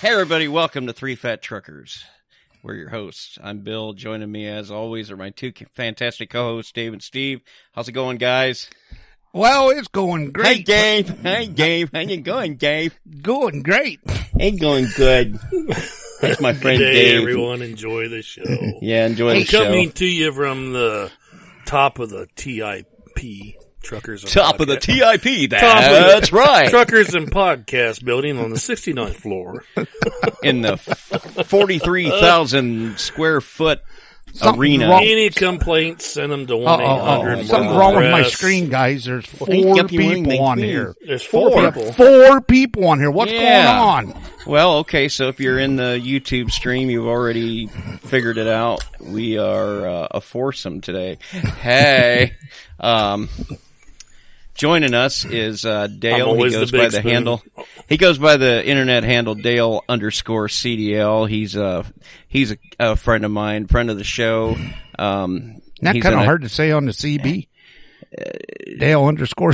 Hey, everybody, welcome to Three Fat Truckers. We're your hosts. I'm Bill. Joining me, as always, are my two fantastic co hosts, Dave and Steve. How's it going, guys? Well, it's going Hey, great. Dave. Hey, Dave. How you going, Dave? Going great. Ain't going good. That's my friend Good day, Dave. everyone. Enjoy the show. Yeah, enjoy the I'm show. coming to you from the top of the TIP Truckers. And Top of the Podcast- TIP. Top of the- That's right. Truckers and Podcast Building on the 69th floor. Oh. In the f- 43,000 square foot Something's arena. wrong. Any complaints, send them to Uh 1 oh. 800 Something wrong with my screen, guys. There's Ain't four got you anything people on to do. here. There's four, Four. people. Four people on here. What's Yeah. going on? Well, okay, so if you're in the YouTube stream, you've already figured it out. We are uh, a foursome today. Hey, um, joining us is uh, I'm Dale. He always the goes big by the spoon. handle. He goes by the internet handle Dale underscore CDL. He's a he's a, a friend of mine, friend of the show. Um, That he's kind in of a- hard to say on the CB. Dale underscore.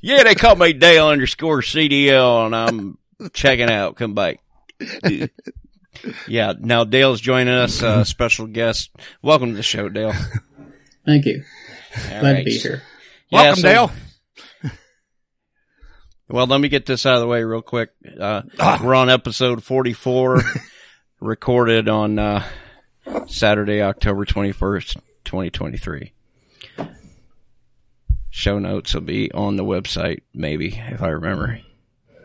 Yeah, they call me Dale underscore CDL, and I'm checking out. Come back. Yeah, now Dale's joining us, uh, special guest. Welcome to the show, Dale. Thank you. All Glad right. to be here. Yeah, Welcome, so- Dale. Well, let me get this out of the way real quick. Uh, We're on episode 44, recorded on uh, Saturday, October 21st, 2023. Show notes will be on the website, maybe, if I remember.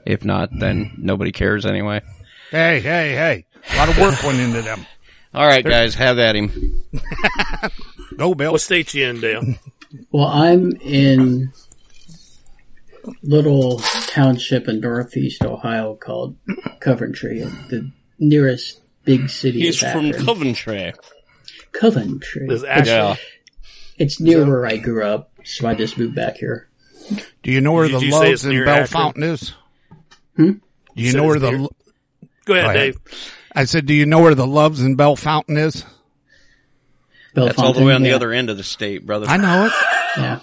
If not, then nobody cares anyway. Hey, hey, hey. A lot of work went into them. All right, guys, have at him. Go, Bill. What state you in, Dale? Well, I'm in little township in northeast Ohio called Coventry. The nearest big city He's is from Akron. Coventry. Coventry. Is Akron- Yeah. It's near where I grew up, so I just moved back here. Do you know where Did the you say it's Loves and near Bell Akron? Fountain is? Hmm? Do you Said know where it's the? near- Lo- Go ahead, Go ahead. Dave. I said, do you know where the Loves and Bell Fountain is? That's all the way on the other end of the state, brother. I know it. Yeah.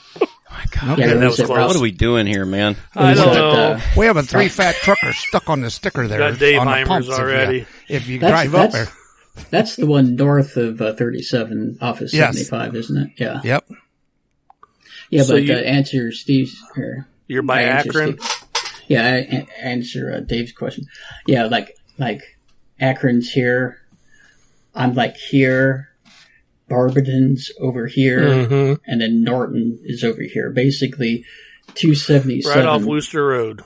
Okay. yeah, there that was was a close. route- What are we doing here, man? there I was don't that, know. uh, We have a three fat trucker stuck on the sticker there. Got Dave on the Heimers pumps if you- already. If you That's- drive up there. that's- That's the one north of uh, 37, Office Yes. 75, isn't it? Yeah. Yep. Yeah, So but you- uh, answer Steve's. Or, You're by I answer Akron? Steve- Yeah, I a- answer uh, Dave's question. Yeah, like like Akron's here. I'm like here. Barberton's over here, Mhm. and then Norton is over here. Basically, two seventy Right seven. off Wooster Road.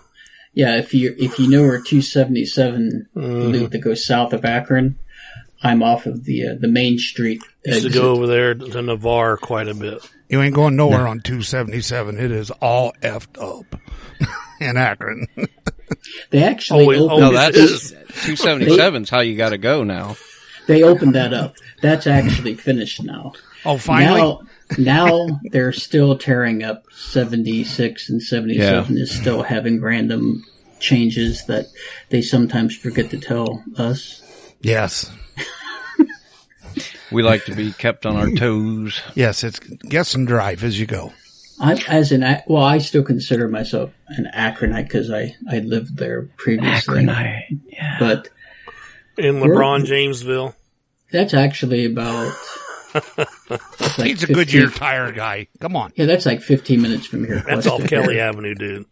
yeah, if you if you know where two seventy seven Mm-hmm. loop that goes south of Akron, I'm off of the uh, the main street. Uh, Used to exit. go over there to Navarre quite a bit. You ain't going nowhere on 277. It is all effed up in Akron. They actually Always- opened No, always Oh, that's is. two seventy seven's how you got to go now. They opened that up. That's actually finished now. Oh, finally. Now, now they're still tearing up 76 and 77 is still having random changes that they sometimes forget to tell us. Yes. We like to be kept on our toes. Yes, it's guess and drive as you go. I'm as an Ac- well, I still consider myself an Akronite because I I lived there previously. Akronite. but In LeBron Jamesville. that's actually about. it's like He's a good 15 year tire guy. Come on. Yeah, that's like 15 minutes from here. That's Cluster off here Kelly Avenue, dude.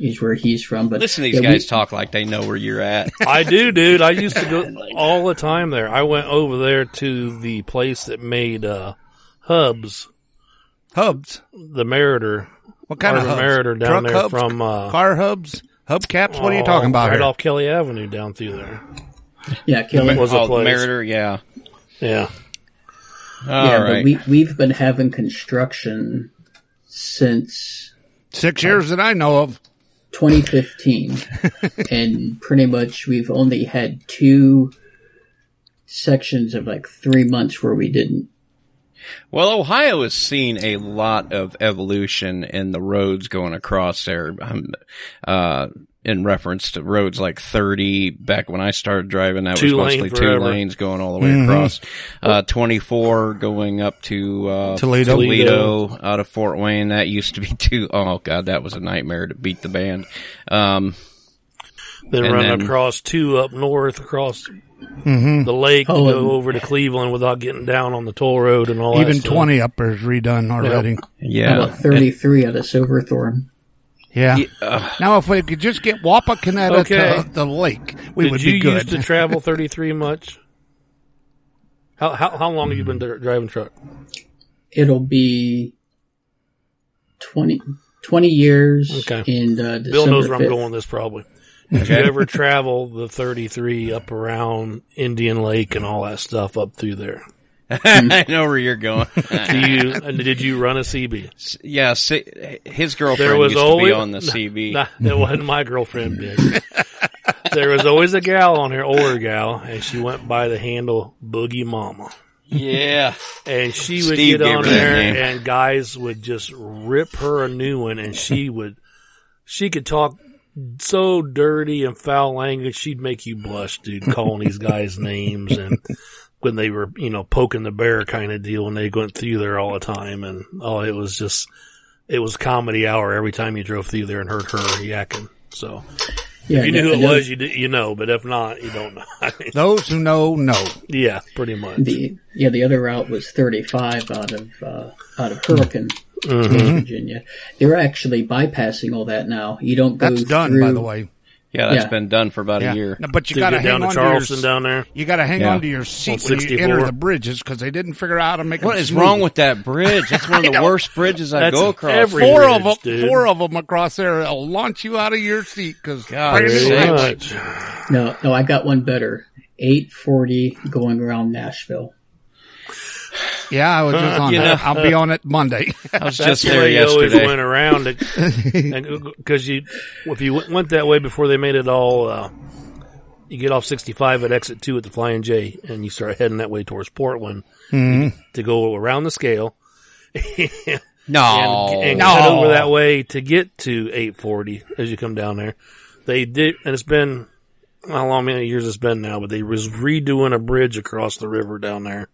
Is where he's from. But Listen to yeah, these we- guys talk like they know where you're at. I do, dude. I used to go all the time there. I went over there to the place that made uh, hubs, Hubs. the Meritor. What kind Or of the hubs? Meritor down Truck there hubs, from, uh, Oh, car hubs, hubcaps. What are you talking about Right here? off Kelly Avenue down through there. yeah, Kelly. was a oh, place. Meritor, yeah. Yeah. All yeah, right. but we we've been having construction since Six years that I know of. 2015, and pretty much we've only had two sections of like three months where we didn't. Well, Ohio has seen a lot of evolution in the roads going across there. Um, uh, in reference to roads like 30, back when I started driving, that was Two lane mostly two forever. lanes going all the way Mm-hmm. across. Uh, 24 going up to, uh, Toledo. Toledo, out of Fort Wayne. That used to be two. Oh God, that was a nightmare to beat the band. Um, Then And run then- across two up north, across Mm-hmm. the lake, Oh, to go and- over to Cleveland without getting down on the toll road and all that. Even stuff. twenty up there's redone already. Yeah. About 33 out of Silverthorn. Yeah. Uh, Now if we could just get Wapakoneta Okay. to the lake, we Did would you be good. used to travel 33 much? How, how how long have you Mm. been dri- driving truck? It'll be 20, 20 years Okay. in uh, December Bill knows where I'm 5th. going with this probably. Did you Okay. ever travel the 33 up around Indian Lake and all that stuff up through there? I know where you're going. Do you and did you run a CB? yeah, si- his girlfriend There was used always to be on the CV. Nah, that wasn't my girlfriend, Dick. there was always a gal on here, older gal, and she went by the handle Boogie Mama. Yeah. And she would Steve get gave on her that there, name. and guys would just rip her a new one, and she would, she could talk so dirty and foul language, she'd make you blush, dude, calling these guys names and when they were, you know, poking the bear kind of deal, and they went through there all the time, and oh, it was just, it was comedy hour every time you drove through there and heard her yakking. So Yeah, if you knew who it another- was, you d- you know, but if not, you don't know. Those who know know. yeah, pretty much. The yeah, the other route was 35 out of uh, out of Hurricane, Mm-hmm. Virginia. They're actually bypassing all that now. You don't go That's done, through, by the way. Yeah, that's Yeah. been done for about Yeah. a year. No, but you To got to get hang down to on your Charleston down there. You got to hang Yeah. on to your seat On when you 64. enter the bridges because they didn't figure out how to make. What is wrong with that bridge? That's one of the worst bridges I That's go across. every- four bridge, of them? dude. Four of them across there. It'll launch you out of your seat because God, Pretty Yeah. much. No, no, I got one better. 840 going around Nashville. yeah, I was Uh, just on You that. know. I'll be on it Monday. I was just That's the there way you always yesterday. went around because you if you went- went that way before they made it all. Uh, you get off 65 at exit two at the Flying J, and you start heading that way towards Portland to go around the scale and, Oh, No, and No. cut over that way to get to 840 as you come down there. They did, and it's been how long many years it's been now, but they was redoing a bridge across the river down there,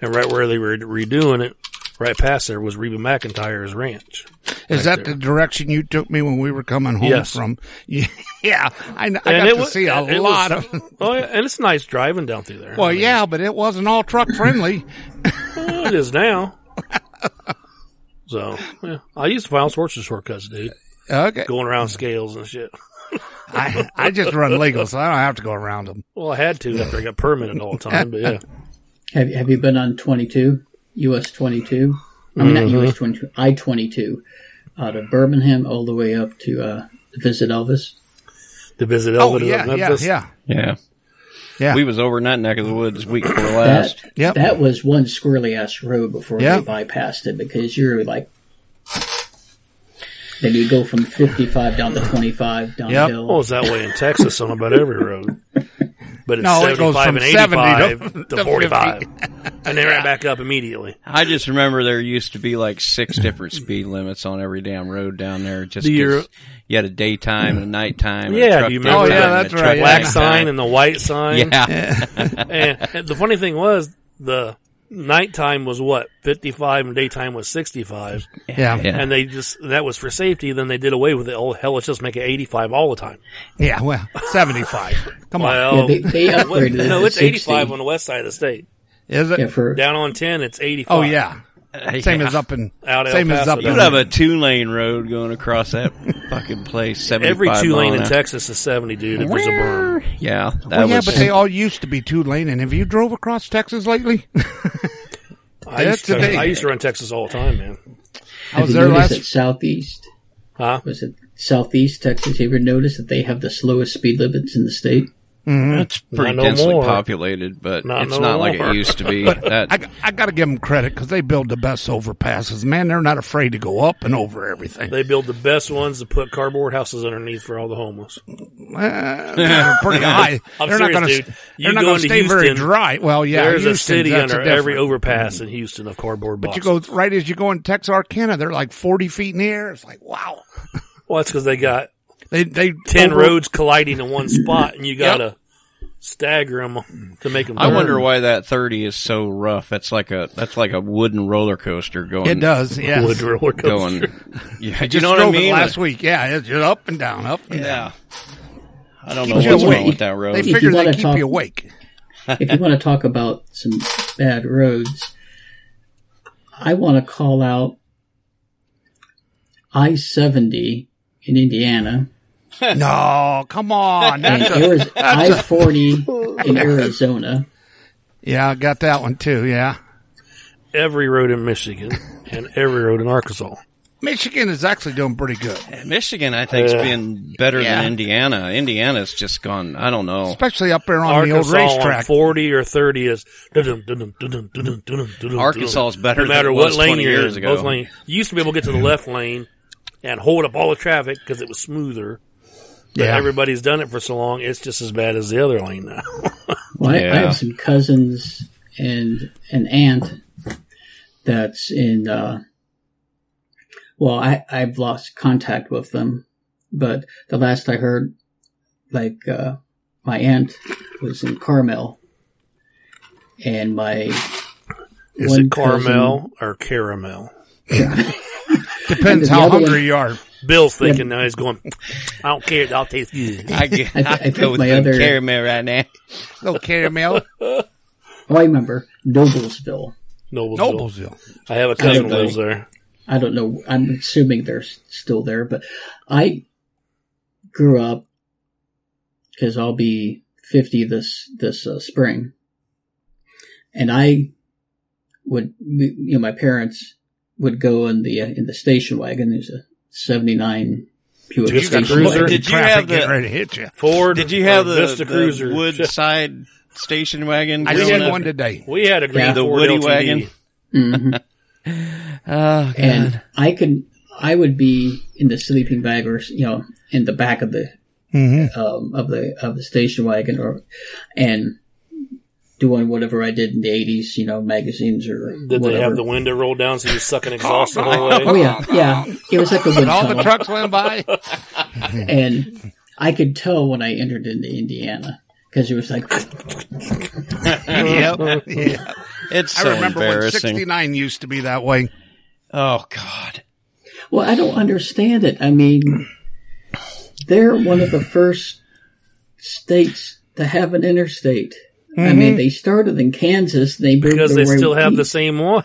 and right where they were redoing it, right past there was Reba McIntyre's ranch. Is that the direction you took me when we were coming home Yes. from? Yeah, I, kn- I got And it to wa- see a it lot was- of. Oh, yeah, and it's nice driving down through there. I Well, mean, yeah, but it wasn't all truck friendly. it is now. So, yeah. I used to find all sorts of shortcuts, dude, Okay, going around scales and shit. I, I just run legal, so I don't have to go around them. Well, I had to after I got permitted all the time, but yeah. Have have you been on 22? US 22? I mean, not Mm-hmm. US 22, I 22 out of Birmingham all the way up to uh, visit Elvis. To visit Oh Elvin, yeah, not yeah, just- yeah, yeah, yeah. we was over in that neck of the woods week before That, last. Yep. that was one squirrely ass road before Yeah. they bypassed it because you're like, then you go from 55 down to 25 down Yep. the hill. Well, it's that way in Texas on about every road. But it's No, it goes 75 from and 70 85 to- to, to 45. And they ran back up immediately. I just remember there used to be like six different speed limits on every damn road down there. Just Do you- 'cause you had a daytime and a nighttime. and a Yeah, truck do you remember daytime that? and a Oh, yeah, that's truck right, yeah. Black nighttime. sign and the white sign. yeah, And, and the funny thing was, the nighttime was what? 55 and daytime was 65. yeah, yeah. Yeah. And they just, that was for safety. Then they did away with it. Oh, hell, let's just make it 85 all the time. Well, seventy-five. Come on, yeah, Well, they, they upgraded it. no, to it's 85 60. on the west side of the state. is Yeah, it? for Down on 10, it's 85. Oh yeah, same as up in Out El same as Paso up down You'd in have a two lane road going across that fucking place. 75 Every two mile lane an in hour. Texas is 70, dude, if there's a berm. Yeah, that Well, Oh, yeah, was- but they all used to be two lane. And have you drove across Texas lately? I used, That's the to, thing. I used to run Texas all the time, man. I was Have you there noticed last. that southeast? Huh? Was it southeast Texas? Have you ever noticed that they have the slowest speed limits in the state? Mm. It's pretty no densely more. populated, but Not it's no not like more. it used to be. I, That, I got to give them credit because they build the best overpasses. Man, they're not afraid to go up and over everything. They build the best ones to put cardboard houses underneath for all the homeless. Uh, they're pretty high. I'm they're not serious, going dude. to. You They're not go going to into stay very Houston, dry. Well, yeah, There's a Houston, city that's under different. every overpass in Houston of cardboard But you boxes. go right as you go in Texarkana, they're like forty feet in the air. It's like wow. well, that's because they got They they 10 over- roads colliding in one spot, and you got to stagger 'em stagger them to make them. I wonder why that thirty is so rough. That's like a that's like a wooden roller coaster going. It does. Yeah. would roller coaster. Going. Yeah, you Just know what drove I it mean? last week. Yeah, it's just up and down, up and yeah. down. I don't know Keeps you what's wrong awake. with that road. They If you figure they wanna keep talk- you awake. if you want to talk about some bad roads, I want to call out I 70 in Indiana No, come on. and That's a, I 40 in Arizona. yeah, I got that one too. Yeah. Every road in Michigan and every road in Arkansas. Michigan is actually doing pretty good, Michigan, I think, has Yeah. been better Yeah. than Indiana. Indiana's just gone. I don't know. especially up there on Arkansas the old on racetrack. 40 or 30 is. dun-dun, dun-dun, dun-dun, dun-dun, dun-dun, dun-dun. Arkansas is better No matter than it what was lane 20 you're years in, ago. both lane. You used to be able to get to the left lane and hold up all the traffic because it was smoother. But Yeah. everybody's done it for so long, it's just as bad as the other lane now. Well, I, I Yeah. have some cousins and an aunt that's in. Uh, well, I I've lost contact with them, but the last I heard, like uh, my aunt was in Carmel, and my Is one it Carmel or Caramel? Depends the how other hungry one- you are. Bill's thinking now he's going, I don't care. It all tastes good. I, g- I I think go with my the other- caramel right now. Little caramel, cousin, oh, I remember Noblesville. Noblesville. Noblesville. I have a cousin Same who thing. lives there. I don't know. I'm assuming they're s- still there, but I grew up because I'll be 50 this this uh, spring, and I would you know my parents would go in the uh, in the station wagon. There's a 79 Buick Just a station cruiser? wagon. Did you Traffic have the- getting ready to hit you. Ford. Did you have or the, Vista the Cruiser? wood side station wagon? I growing did up? one today. We had a green Yeah. The Ford Woody LTD. wagon? Mhm. Oh, and God. I could I would be in the sleeping bag or you know in the back of the um, of the of the station wagon or and doing whatever I did in the eighties, you know, magazines or Did whatever. they have the window rolled down so you're sucking exhaust the whole Oh way? yeah, yeah. It was like a wind And all the tunnel. trucks went by. and I could tell when I entered into Indiana because it was like yep. Yeah. It's I so remember when embarrassing. 69 used to be that way. oh, God. Well, I don't understand it. I mean, they're one of the first states to have an interstate. I mean, they started in Kansas. They moved Mm-hmm. Because they their way still have the east. same one.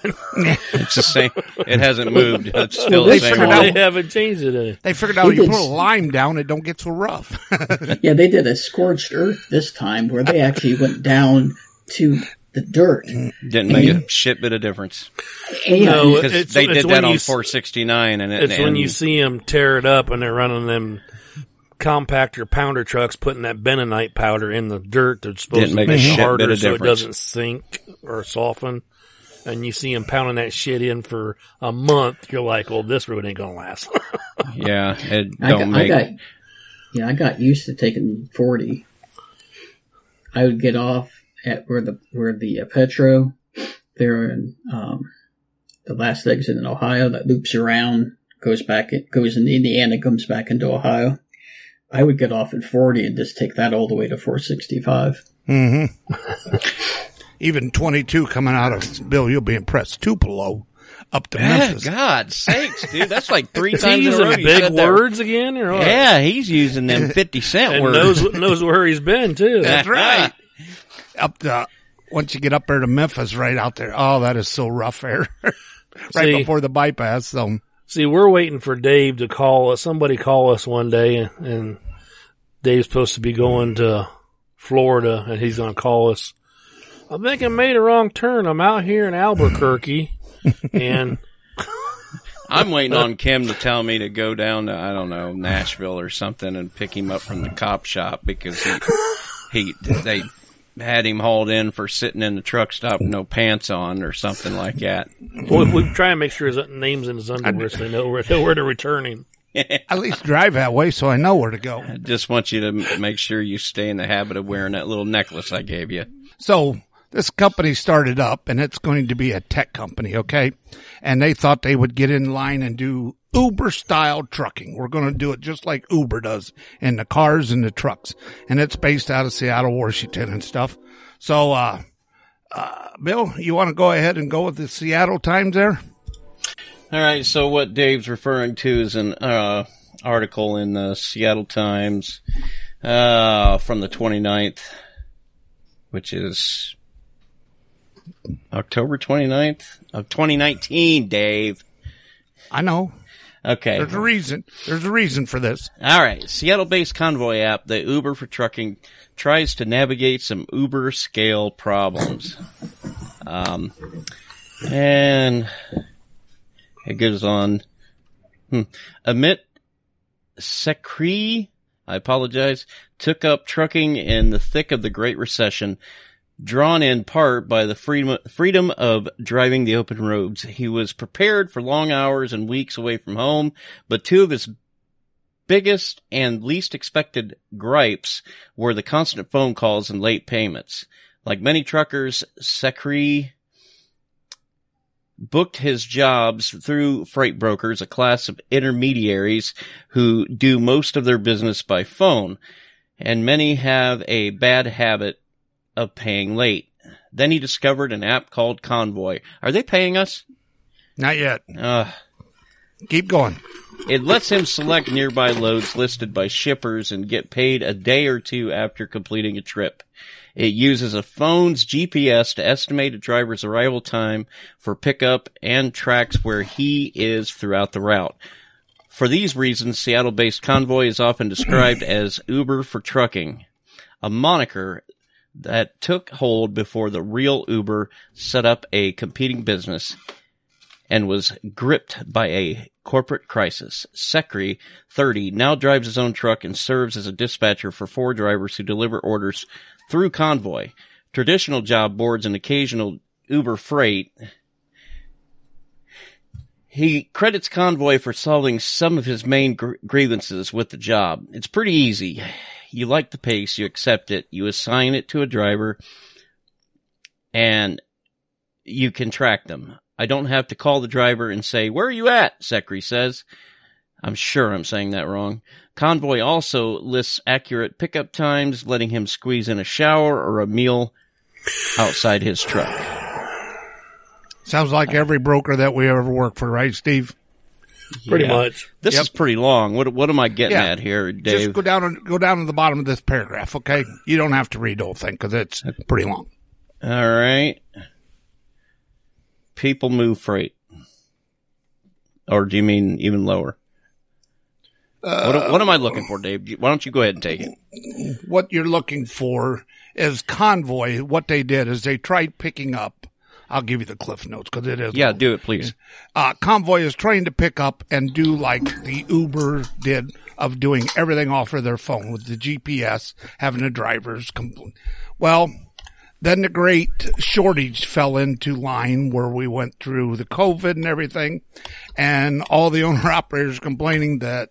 It's the same. It hasn't moved. It's still They the same. figured one. they out- haven't changed it. They figured out We you did put a s- lime down, it don't get so rough. Yeah, they did a scorched earth this time, where they actually went down to the dirt. Didn't make a shit bit of difference And No, because It's- they it's did when that you on s- 469, and it, It's when and- you see them tear it up and they're running them compactor pounder trucks putting that bentonite powder in the dirt that's Didn't supposed make to a make shit it bit harder of so it difference. doesn't sink or soften. And you see them pounding that shit in for a month. You're like, well, this road ain't going to last. yeah, it I got, don't make. I got, yeah, I got used to taking forty. I would get off at where the where the uh, Petro there in um, the last exit in Ohio that loops around, goes back, it goes in Indiana, comes back into Ohio. I would get off at forty and just take that all the way to four sixty five. hmm Even 22 coming out of Bill, you'll be impressed. Tupelo up to Ah, Memphis. God sakes, dude, that's like three Is he times in a using row. you big said that. words again? Or what? Yeah, he's using them 50 cent And words. knows, knows where he's been, too. That's right. Up the once you get up there to Memphis, right out there. Oh, that is so rough air. right See. before the bypass. So See, we're waiting for Dave to call us. Somebody call us one day, and, and Dave's supposed to be going to Florida, and he's going to call us. I think I made a wrong turn. I'm out here in Albuquerque, and I'm waiting on Kim to tell me to go down to I don't know Nashville or something and pick him up from the cop shop because he he they had him hauled in for sitting in the truck stop with no pants on or something like that. we, we try and make sure his name's in his underwear so they know where, know where to return him. at least drive that way so I know where to go. I just want you to m- make sure you stay in the habit of wearing that little necklace I gave you. So this company started up and it's going to be a tech company. Okay. And they thought they would get in line and do Uber style trucking. We're going to do it just like Uber does in the cars and the trucks. And it's based out of Seattle, Washington and stuff. So, uh, uh, Bill, you want to go ahead and go with the Seattle Times there? All right, so what Dave's referring to is an uh, article in the Seattle Times uh, from the 29th, which is October 29th of 2019, Dave. I know. Okay. There's a reason. There's a reason for this. All right. Seattle based convoy app, the Uber for trucking, tries to navigate some Uber scale problems. Um, and it goes on. Hmm. Amit Sekri, I apologize, took up trucking in the thick of the Great Recession drawn in part by the freedom freedom of driving the open roads. He was prepared for long hours and weeks away from home, but two of his biggest and least expected gripes were the constant phone calls and late payments. Like many truckers, Sekri booked his jobs through freight brokers, a class of intermediaries who do most of their business by phone, and many have a bad habit of paying late. Then he discovered an app called Convoy. Are they paying us? Not yet. Ugh. Keep going. It lets him select nearby loads listed by shippers and get paid a day or two after completing a trip. It uses a phone's GPS to estimate a driver's arrival time for pickup and tracks where he is throughout the route. For these reasons, Seattle based Convoy is often described as Uber for trucking, a moniker that took hold before the real Uber set up a competing business and was gripped by a corporate crisis. Sekri, 30, now drives his own truck and serves as a dispatcher for four drivers who deliver orders through convoy, traditional job boards, and occasional Uber freight. He credits Convoy for solving some of his main gr- grievances with the job. It's pretty easy. You like the pace, you accept it, you assign it to a driver, and you can track them. I don't have to call the driver and say, Where are you at? Secri says. I'm sure I'm saying that wrong. Convoy also lists accurate pickup times, letting him squeeze in a shower or a meal outside his truck. Sounds like every broker that we ever worked for, right, Steve? Pretty Yeah. much. This Yep. is pretty long. What what am I getting Yeah. at here, Just Dave? go down and go down to the bottom of this paragraph, okay? You don't have to read the whole thing because it's pretty long. All right. People move freight. Or do you mean even lower? what, what am I looking for, Dave? Why don't you go ahead and take it? What you're looking for is convoy. What they did is they tried picking up. I'll give you the cliff notes because it is. Yeah, long. do it, please. uh, convoy is trying to pick up and do like the Uber did of doing everything off of their phone with the GPS, having the drivers complain. Well, then the great shortage fell into line where we went through the COVID and everything and all the owner operators complaining that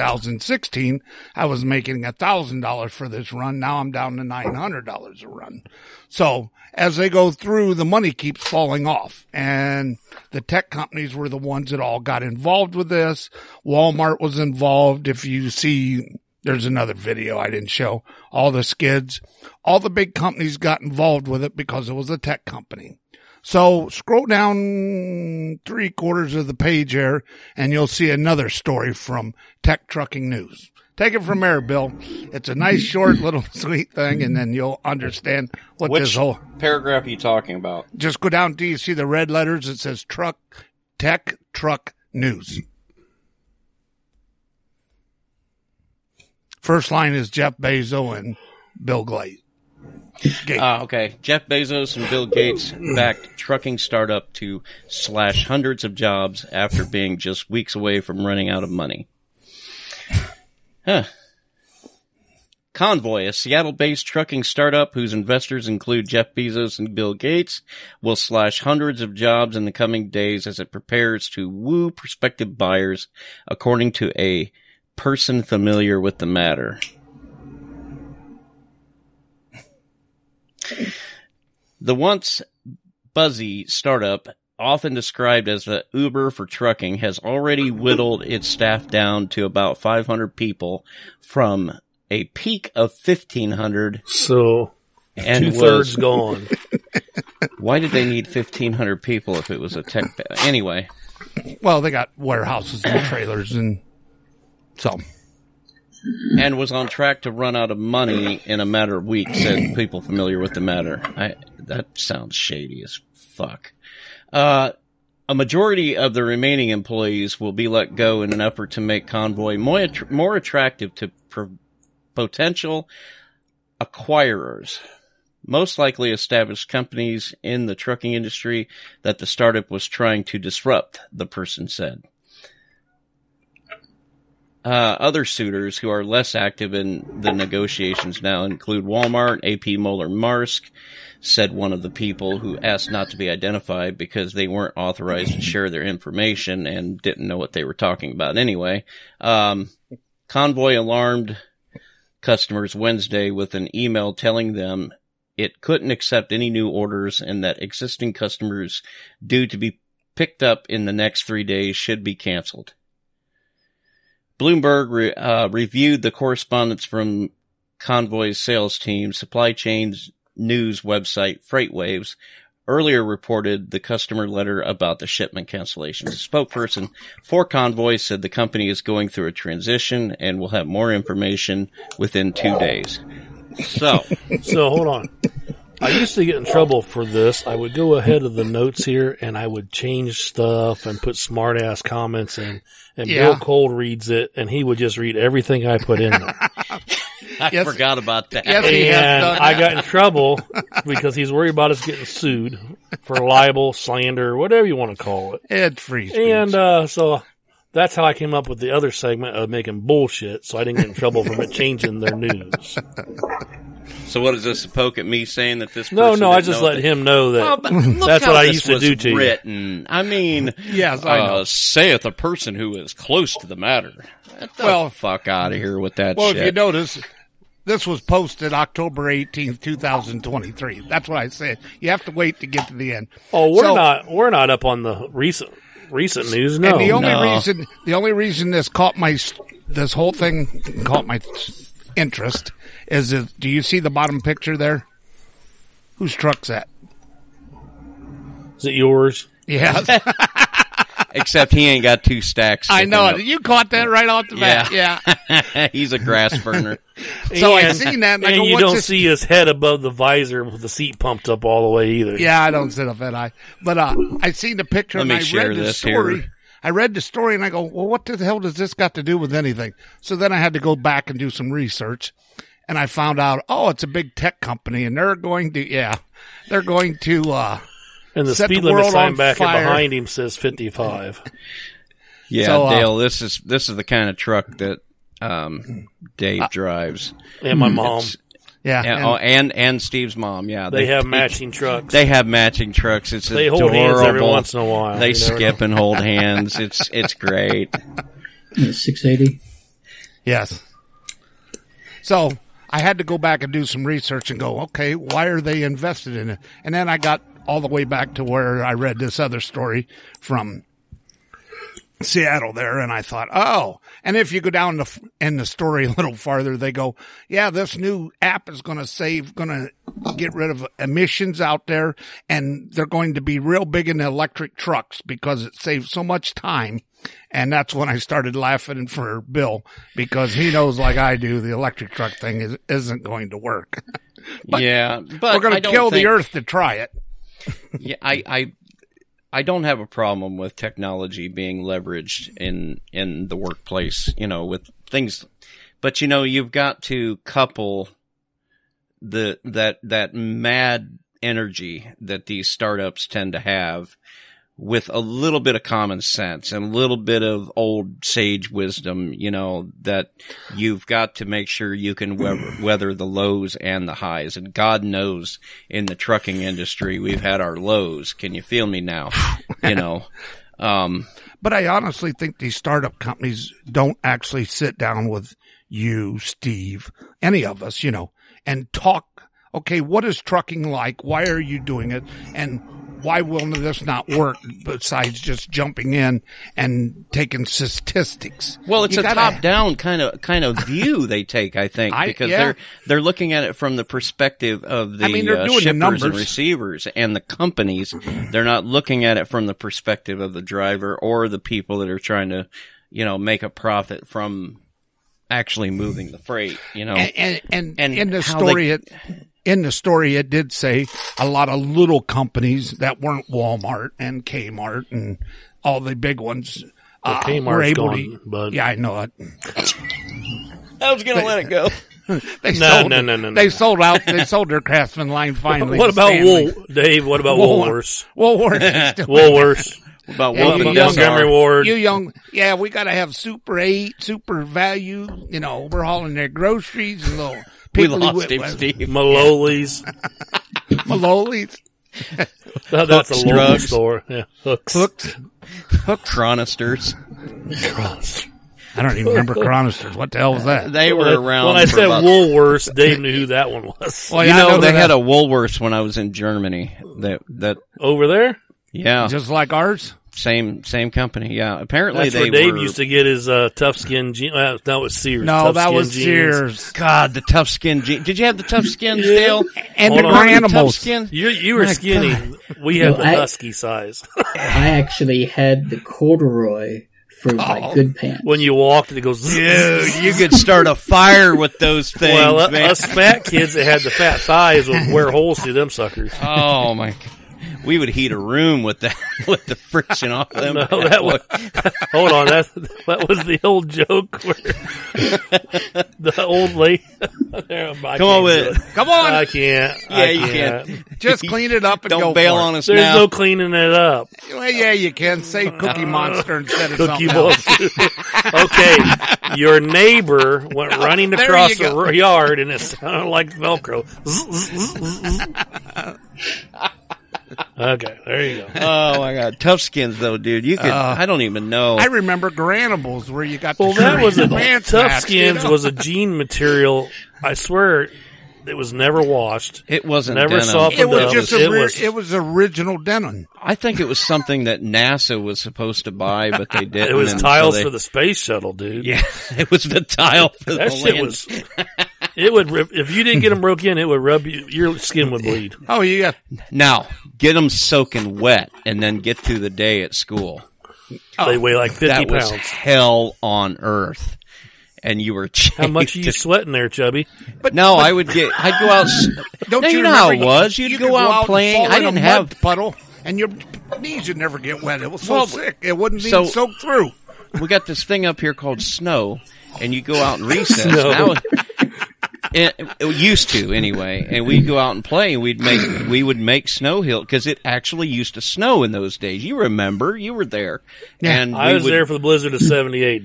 2016, I was making a thousand dollars for this run. Now I'm down to nine hundred dollars a run. So as they go through, the money keeps falling off and the tech companies were the ones that all got involved with this. Walmart was involved. If you see, there's another video I didn't show all the skids, all the big companies got involved with it because it was a tech company. So scroll down three quarters of the page here and you'll see another story from Tech Trucking News. Take it from there, Bill. It's a nice, short, little sweet thing, and then you'll understand what this Which whole. paragraph are you talking about? Just go down till you see the red letters. It says Truck Tech Truck News. First line is Jeff Bezos and Bill Glaze. Gates. Ah, okay. Jeff Bezos and Bill Gates backed trucking startup to slash hundreds of jobs after being just weeks away from running out of money. Huh. Convoy, a Seattle based trucking startup whose investors include Jeff Bezos and Bill Gates, will slash hundreds of jobs in the coming days as it prepares to woo prospective buyers, according to a person familiar with the matter. The once buzzy startup, often described as the Uber for trucking, has already whittled its staff down to about 500 people from a peak of 1500 So and two was- thirds gone. why did they need 1500 people if it was a tech anyway Well, they got warehouses and trailers, and so and was on track to run out of money in a matter of weeks, said people familiar with the matter. I, that sounds shady as fuck. Uh, a majority of the remaining employees will be let go in an effort to make Convoy more, att- more attractive to pro- potential acquirers. Most likely established companies in the trucking industry that the startup was trying to disrupt, the person said uh, other suitors who are less active in the negotiations now include Walmart, AP Moeller Marsk, said one of the people who asked not to be identified because they weren't authorized to share their information and didn't know what they were talking about anyway. Um, Convoy alarmed customers Wednesday with an email telling them it couldn't accept any new orders and that existing customers due to be picked up in the next three days should be canceled. Bloomberg re- uh, reviewed the correspondence from Convoy's sales team, supply chains news website FreightWaves. Earlier reported the customer letter about the shipment cancellations. A spokesperson for Convoy said the company is going through a transition and will have more information within two days. So, So hold on. I used to get in trouble for this. I would go ahead of the notes here and I would change stuff and put smart ass comments in. And Bill Yeah. Cole reads it and he would just read everything I put in there. I Yes. forgot about that. Yes. He has and done I that. got in trouble because he's worried about us getting sued for libel, slander, whatever you want to call it. Ed free speech. And uh, so that's how I came up with the other segment of making bullshit so I didn't get in trouble from it changing their news. So what is this, a poke at me saying that this No, person no, I didn't just know let him know that. Well, but look That's how what I this used to was do to you. written. I mean, Yes, I uh, know. saith a person who is close to the matter. Get the Well- fuck out of here with that well, shit. if you notice, this was posted October 18th, 2023. That's what I said. You have to wait to get to the end. Oh, we're So- not we're not up on the recent recent news. No, And the only no. reason, the only reason this caught my, s- this whole thing caught my s- interest is that, do you see the bottom picture there? Whose truck's that? is it yours? Yes. Except he ain't got two stacks. I know it. sticking You caught that right off the bat. Yeah. up. He's a grass burner. So I And- seen that and I and go, you what's don't this? see his head above the visor with the seat pumped up all the way either. Yeah, I don't sit up at eye. But uh, I seen the picture Let and me I share read the this story. here. I read the story and I go, well, what the hell does this got to do with anything? So then I had to go back and do some research, and I found out, oh, it's a big tech company, and they're going to, yeah, they're going to. uh and the Set the speed limit world sign on back fire. behind him says fifty five. Yeah, So, uh, Dale. This is this is the kind of truck that um, Dave drives. Hmm. and my mom, Yeah, And, and- oh, and and Steve's mom. Yeah, they have matching trucks. They have matching trucks. It's They adorable. hold hands every once in a while. They You never skip and hold hands. It's it's great. Six eighty. yes. So I had to go back and do some research and go, okay, why are they invested in it? And then I got all the way back to where I read this other story from Seattle there, and I thought, oh. And if you go down the in the story a little farther, they go, yeah, this new app is going to save, going to get rid of emissions out there, and they're going to be real big in electric trucks because it saves so much time. And that's when I started laughing for Bill because he knows, like I do, the electric truck thing is, isn't going to work. yeah, but We're I going to don't kill think- the earth to try it. Yeah, I, I, I don't have a problem with technology being leveraged in in the workplace. You know, with things, but you know, you've got to couple the that that mad energy that these startups tend to have with a little bit of common sense and a little bit of old sage wisdom, you know, that you've got to make sure you can weather, weather the lows and the highs. And God knows in the trucking industry, we've had our lows. Can you feel me now? You know, um, But I honestly think these startup companies don't actually sit down with you, Steve, any of us, you know, and talk. Okay, what is trucking like? Why are you doing it? And why will this not work besides just jumping in and taking statistics? well, it's You a gotta- top down kind of, kind of view they take, I think, I- because yeah. they're, they're looking at it from the perspective of the, I mean, they're uh, doing the shippers and numbers. receivers and the companies. They're not looking at it from the perspective of the driver or the people that are trying to, you know, make a profit from actually moving the freight, you know. and, and, and, And in the how story they- it in the story it did say a lot of little companies that weren't Walmart and Kmart and all the big ones uh, were Kmart's able gone, to. but- yeah, I know it. I was going to let it go. They No, sold, no, no, no, no. They sold out. They sold their Craftsman line finally. What to about Stanley. Wool, Dave? What about Woolworths? Woolworths is still Woolworths, About Yeah, Wolf you and young Montgomery Dessar. Ward. You young, yeah, we got to have super eight, super value. You know, we're hauling their groceries and little We piggly lost wit- him, with Steve. Malolis. Malolis, That- that's a local drugs. store. Yeah, hooks. hooked. Tronisters. I don't even remember Chronisters. What the hell was that? They were around. When I for said about- Woolworths, Dave knew who that one was. Well, you yeah, I know, they that- had a Woolworths when I was in Germany. That that Over there, yeah, just like ours. same same company. Yeah, apparently that's they where Dave were- used to get his uh, tough skin jeans. Uh, that was Sears. No, Tough that Skin was jeans. Sears God, the tough skin. Je- Did you have the tough skins, Dale? and Hold the on. grand Tough animals. skin? You you were My skinny. We had No, the I- husky size. I actually had the corduroy for Oh, my good pants. when you walked, it goes. Dude, you could start a fire with those things, well, uh, man. us fat kids that had the fat thighs would wear holes through them suckers. oh my! God. We would heat a room with that with the friction off them. No, that was. hold on, that that was the old joke where the old lady. Come Come on with it. Come I on, can't. Yeah, I you can't. can. just clean it up and Don't go bail for it. on us There's now. no cleaning it up. Well, yeah, you can say Cookie Monster instead of something Cookie bowl. else. okay, your neighbor went running there across you the go. r- yard, and it sounded like Velcro. Zzz, zzz, zzz, zzz. okay, there you go. oh my god, tough skins though, dude. You could. Ah. I don't even know. I remember Granimals where you got Well, the that was a pants tough match, you skins know? was a jean material. I swear, it was never washed. it wasn't. Never denim. softened It was up. just It a, was- was, it was original denim. I think it was something that NASA was supposed to buy, but they didn't. It was and so tiles they- for the space shuttle, dude. Yeah, it was the tile for that the shit land. was. It would rip, if you didn't get them broke in, it would rub you. Your skin would bleed. Oh, you got Now get them soaking wet, and then get through the day at school. They weigh like fifty that was pounds. hell on earth. And you were chained How much are you to- sweating there, Chubby? no, I would get. I'd go out. s- Don't No, you, you know how it remember you- was? You'd you go could out and playing. fall I in a didn't mud have- puddle, and your knees would never get wet. It was so Well, sick, it wouldn't so- even soak through. We got this thing up here called snow, and you go out and recess. Snow. Now, it, it used to anyway, and we'd go out and play. And we'd make we would make snow hill because it actually used to snow in those days. You remember? You were there, Yeah, and I we was would- there for the blizzard of '78,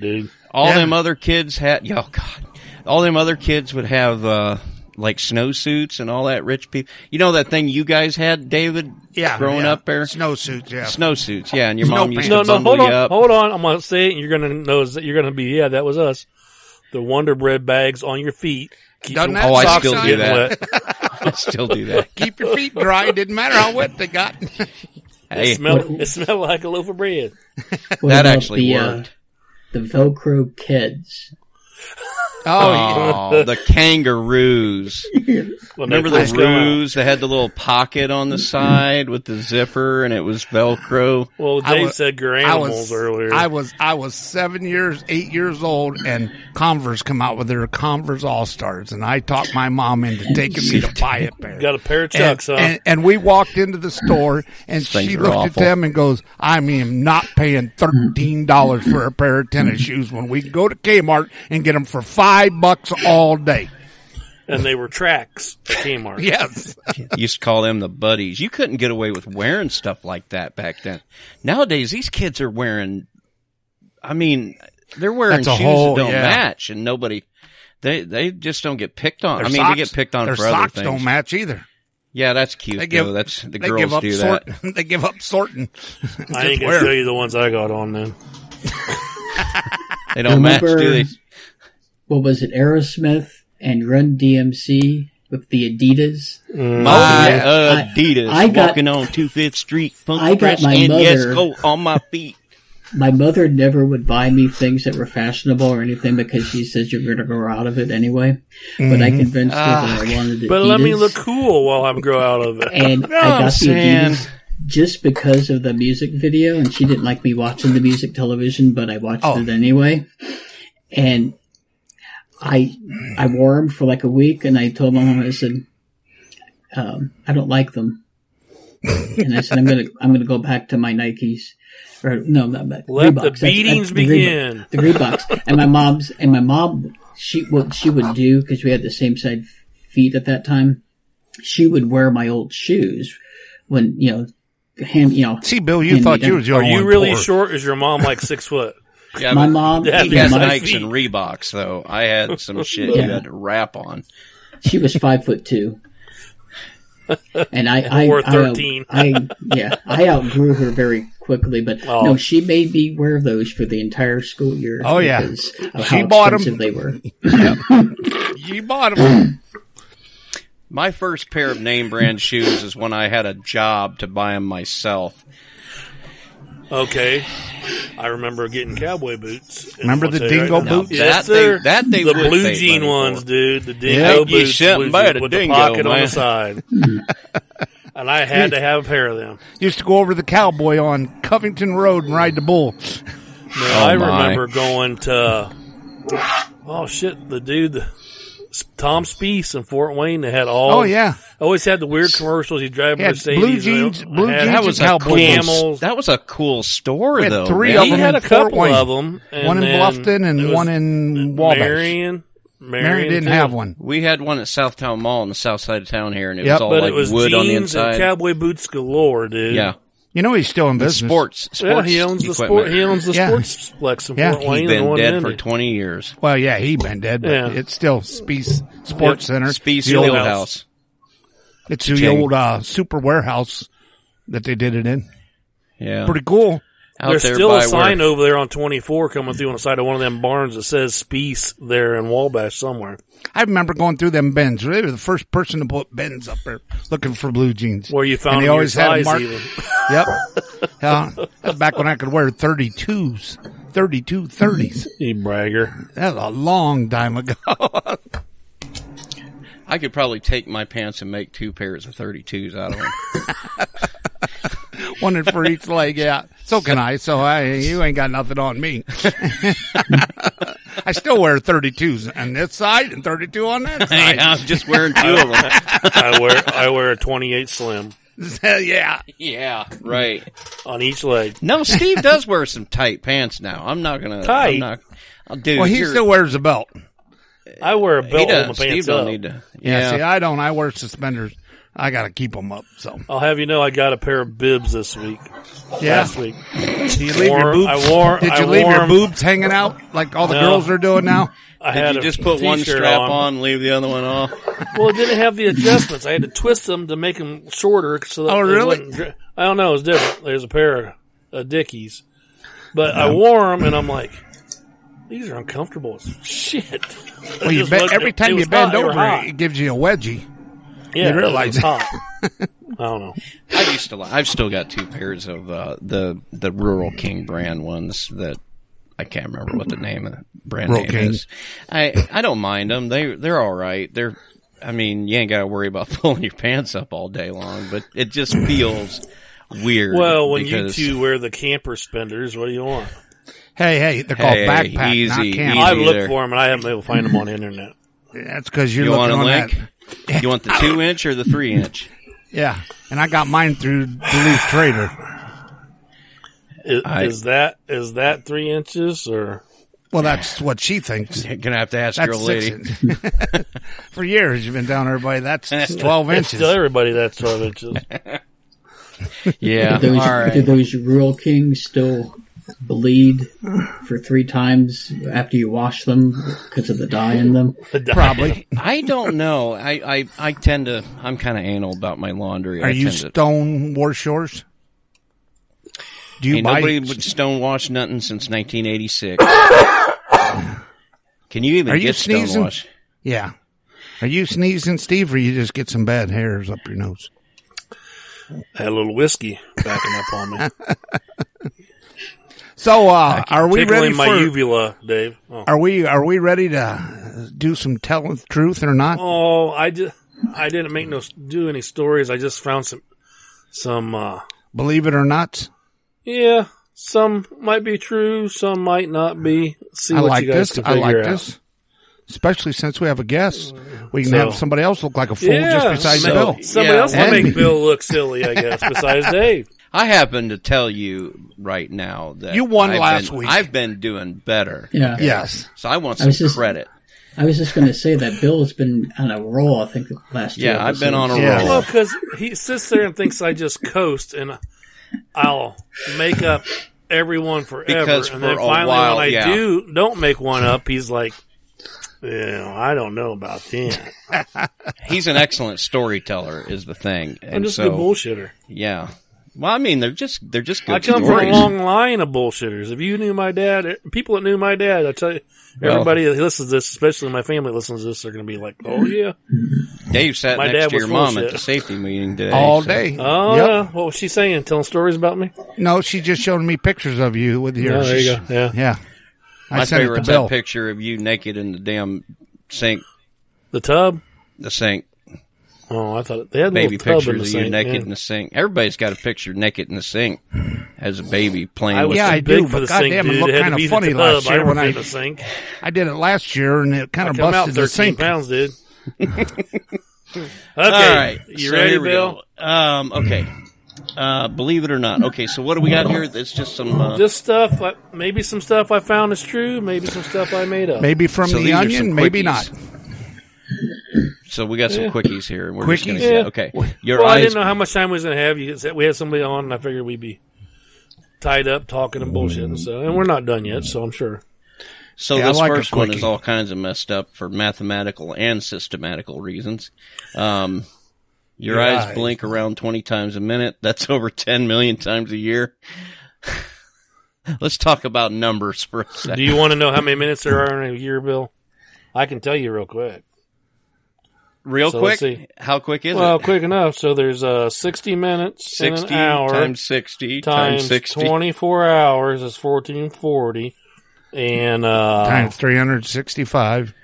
dude. All Yeah. them other kids had, yo, God, all them other kids would have, uh, like snowsuits and all that rich people. You know that thing you guys had, David? Yeah, Growing yeah. up there? snowsuits. Yeah, Snowsuits, yeah. And your Snow mom used pants. to No, no, bundle hold you on, up. hold on. I'm gonna say it, and you're gonna know that you're gonna be. Yeah, that was us. The Wonder Bread bags on your feet. Keep Doesn't your that Oh, I suck, still son? do getting that. wet. I still do that. Keep your feet dry. Didn't matter how wet they got. Hey, Smell, it smelled like a loaf of bread. What that about actually the, uh, worked. the Velcro kids. Oh, Oh, the kangaroos. Well, Remember they the first come out. roos? They had the little pocket on the side with the zipper and it was Velcro. Well, I Dave was- said your I animals was earlier. I was I was seven years, eight years old, and Converse come out with their Converse All Stars, and I talked my mom into taking me to buy it there. Got a pair of and, chucks, huh? and, and we walked into the store, and she things are looked at awful. them and goes, "I am not paying thirteen dollars for a pair of tennis Mm-hmm. shoes when we can go to Kmart and get them for five bucks all day." and they were tracks at Kmart. Yes, used to call them the buddies. You couldn't get away with wearing stuff like that back then. Nowadays, these kids are wearing. I mean, they're wearing That's a shoes whole- that don't yeah. match, and nobody. They they just don't get picked on. Their I mean, socks- they get picked on Their for other socks things. don't match either. Yeah, that's cute. They give though. That's the they girls give up do that. sorting. They give up sorting. I ain't gonna wear 'em. show you the ones I got on then. They don't match, do they? Remember- What was it? Aerosmith and Run DMC with the Adidas. My I- uh, Adidas I got- walking on Two Fifth Street, I punk got dress, my and yes, mother- go on my feet. My mother never would buy me things that were fashionable or anything because she says you're going to grow out of it anyway. But I convinced her that I wanted Adidas. But let me look cool while I grow out of it. And I I'm got the saying. Adidas just because of the music video, and she Oh. didn't like me watching the music television, but I watched Oh. it anyway. And I I wore them for like a week, and I told my mom I said, um, I don't like them, and I said I'm gonna I'm gonna go back to my Nikes, or no, not back. Let the Reeboks. That's- beatings that's the Reebok- begin. The Reeboks, and my mom's and my mom she what she would do because we had the same side feet at that time. She would wear my old shoes when you know. Hand, you know, See, Bill, you And thought you you don't- was the Are only you one really poor. short? Is your mom like six foot? Yeah, my but mom, Yeah, He has my- my Nikes and Reeboks, though. I had some shit Yeah. you had to wrap on. She was five foot two. And I, I, Or I out- 13. I, yeah, I outgrew her very quickly, but Oh. no, she made me wear those for the entire school year. Oh, yeah. because of She how bought 'em. expensive they were. You bought them. My first pair of name brand shoes is when I had a job to buy them myself. Okay. I remember getting cowboy boots. And Remember I'll the tell you dingo now, boots? Yes, That they- sir. that they the would blue pay jean money ones, for. dude. The dingo Ain't you boots shitting with, bad the, at with the dingo, pocket on man. the side. and I had to have a pair of them. Used to go over the cowboy on Covington Road and ride the bull. Now, I Oh, my. remember going to oh shit, the dude the, Tom Speece in Fort Wayne that had all Oh yeah, always had the weird commercials. He'd drive He had Mercedes. blue and jeans- they- blue had- jeans That It's was a a cowboy cool. camel. That was a cool store, had though. three man. of He them had in a Fort couple Wayne. of them. And one in then Bluffton it and was one in Wabash. Marion. Marion, Marion didn't too. have one. We had one at Southtown Mall on the south side of town here, and it Yep. was all But like it was wood jeans on the and inside. cowboy boots galore, dude. yeah, You know he's still in business. sports. sports Yeah, he owns the sport. equipment. He owns the Yeah. sports plex in Yeah. Fort He's Wayne. He's the been one dead in for it. twenty years. Well, yeah, he been dead, but Yeah. it's still Speece Sports Center. Speed The old- Steel House. It's the Ching. old uh, super warehouse that they did it in. Yeah, Pretty cool. out There's there still by a sign where, over there on 24 coming through on the side of one of them barns that says Speece there in Wabash somewhere. I remember going through them bins. They were the first person to put bins up there looking for blue jeans. Where you And found they your always had size a mark. even. Yep. yeah. That's back when I could wear 32s, 32 30s. You bragger. That's a long time ago. I could probably take my pants and make two pairs of thirty twos out of them. One for each leg. Yeah. So can I. So I, you ain't got nothing on me. I still wear 32s on this side and 32 on that Hey, side. I was just wearing two of them. I wear I wear a 28 slim yeah. yeah, right. on each leg. No, Steve does wear some tight pants now. I'm not gonna Tight? I'm not, oh, dude, Well, he you're- still wears a belt. I wear a he belt on my does. pants Steve don't up. need to. Yeah. Yeah, See, I don't. I wear suspenders. I got to keep them up. So I'll have you know I got a pair of bibs this week. yeah. Last week. Do you leave your Warm- boobs? I wore- Did you I leave your warm- boobs hanging out like all the No. girls are doing now? I Did had you a just put one t-shirt strap on. on, leave the other one off? Well, it didn't have the adjustments. I had to twist them to make them shorter. So that Oh, they really? wouldn't dri- I don't know. It was different. There's a pair of uh, Dickies, but I wore them and I'm like, these are uncomfortable as shit. Well, you bend, every time you bend over, yeah, it gives you a wedgie. it was realize it. hot. I don't know. I used to. li- I've still got two pairs of uh, the the Rural King brand ones that I can't remember what the name of the brand Rural name King. is. I I don't mind them. They they're all right. They're I mean you ain't got to worry about pulling your pants up all day long, but it just feels weird. Well, when because- you two wear the camper spenders, what do you want? Hey, hey, they're called Hey, backpack, easy, not camp. easy. I've looked there. for them and I haven't been able to find them on the internet. That's because you're you want looking a on link, that. you want the two inch or the three inch? Yeah, and I got mine through Duluth Trader. Is, I- is that is that three inches or? Well, that's what she thinks. You're gonna have to ask your That's old six. lady. in- For years, you've been telling everybody that's twelve inches. Tell everybody that's twelve inches. Yeah, all Those, Do right. those Rural Kings still bleed for three times after you wash them because of the dye in them? Probably. I don't know. I, I, I tend to. I'm kind of anal about my laundry. Are I you tend to- Stone Warshores? Do you Ain't buy? nobody would stonewash nothing since 1986. Can you even Are you get sneezing? stonewash? yeah. Are you sneezing, Steve, or you just get some bad hairs up your nose? Had a little whiskey backing up on me. So, uh, are we Tickling ready my for? uvula, Dave. Oh, Are we are we ready to do some telling the truth or not? Oh, I just I didn't make no do any stories. I just found some some uh Believe it or not, yeah, some might be true, some might not be. See I what like you guys this. can I figure like out. this. especially since we have a guest. We can So- have somebody else look like a fool just besides so- Bill. Somebody Yeah. else can And- make Bill look silly, I guess, besides Dave. I happen to tell you right now that You won I've last been- week. I've been doing better. Yeah. Yes. So I want I some was just- credit. I was just going to say that Bill has been on a roll. I think the last two Yeah, I've been on a episodes. Yeah. roll. Well, Well, because he sits there and thinks I just coast, and I'll make up everyone forever. Because and for then a finally, while, when I yeah. do don't make one up, he's like, "Yeah, I don't know about that. He's an excellent storyteller, is the thing. And I'm just so, a bullshitter. yeah. Well, I mean, they're just they're just good I come from stories. a long line of bullshitters. If you knew my dad, people that knew my dad, I tell you, Well- everybody that listens to this, especially my family that listens to this, they're going to be like, "Oh yeah, Dave sat My next dad to your was mom bullshit. at the safety meeting today. All so- day. oh Yep. yeah." What was she saying? Telling stories about me? No, she just showed me pictures of you with your. Oh, there you go. Yeah, Yeah. I My sent it favorite's to Bill. that picture of you naked in the damn sink. the tub. The sink. Oh, I thought they had a Baby little tub in pictures the of sink, you naked yeah. in the sink. Everybody's got a picture naked in the sink as a baby playing I with was Yeah, too I big do, for but the sink, goddamn, it dude. looked It had kinda to be funny the last tub. year I when ran I- the sink. I did it last year, and it kind I of come busted out the 13 sink. pounds, dude. Okay, All right. you so ready, here we Bill? go. Um, okay. Uh, believe it or not. Okay, so what do we got here? It's just some. Uh, This stuff, I, maybe some stuff I found is true, maybe some stuff I made up. Maybe from so the these are some onion, maybe quickies. not. So we got some Yeah. quickies here. and We're Just gonna Quickies? get- Yeah. Okay. Your Well, I eyes. didn't know how much time we was going to have. You said we had somebody on, and I figured we'd be tied up talking and bullshitting. So, and we're not done yet, so I'm sure. So Yeah, I this like a first one is quickie. all kinds of messed up for mathematical and systematical reasons. Um, your, Your eyes, eyes. blink around 20 times a minute. That's over 10 million times a year. Let's talk about numbers for a Do second. you want to know how many minutes there are in a year, Bill? I can tell you real quick. Real So quick. let's see. How quick is Well, it? quick enough. So there's uh, 60 minutes in 60 an hour. times 60 times times 60. 24 hours is 1440 and uh Oh. Times 365.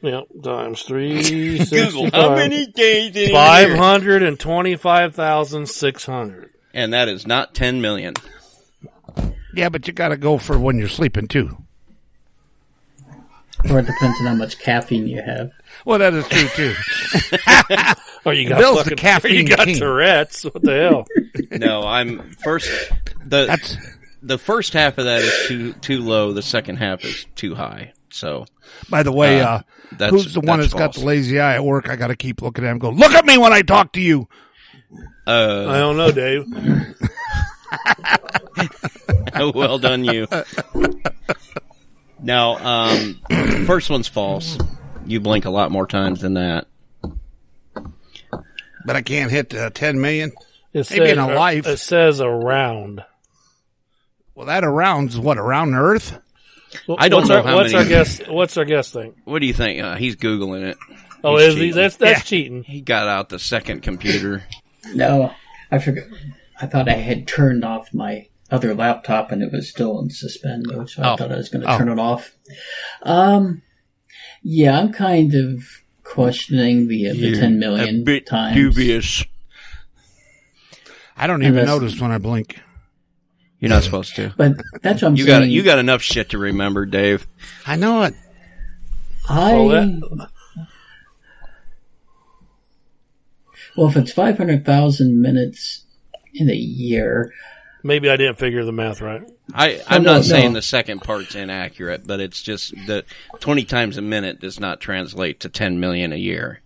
yep, times Google, how 365 many days in a year? 525,600 And that is not 10 million. Yeah, but you got to go for when you're sleeping, too. Or it depends on how much caffeine you have. Well, that is true, too. Oh, you got Bill's the fucking, or caffeine You got king. Tourette's. What the hell? No, I'm first. The That's the first half of that is too too low. The second half is too high. So By the way, Uh, uh, that's- who's the one that's that's got false. the lazy eye at work? I got to keep looking at him. and Go look at me when I talk to you. uh, I don't know, Dave. Uh, well done, you. Now, um, first one's false. You blink a lot more times than that. But I can't hit uh, ten million. It Maybe in said- a life. It says around. Well, that around's what around Earth. Well, I don't what's know our, how what's many- our guess. What's our guess thing? What do you think? Uh, he's googling it. Oh, He's is he? cheating. That's that's cheating. He got out the second computer. No, I forgot. I thought I had turned off my other laptop and it was still in suspend mode, so I Oh. thought I was going to Oh. turn it off. Um, yeah, I'm kind of questioning the, the 10 million a bit times. dubious. I don't Yeah, even that's- notice when I blink. You're not supposed to. But that's what I'm You saying. got you got enough shit to remember, Dave. I know it. I Well, that, Well, if it's 500,000 minutes in a year, maybe I didn't figure the math right. I, I'm no, not no. saying the second part's inaccurate, but it's just that 20 times a minute does not translate to 10 million a year.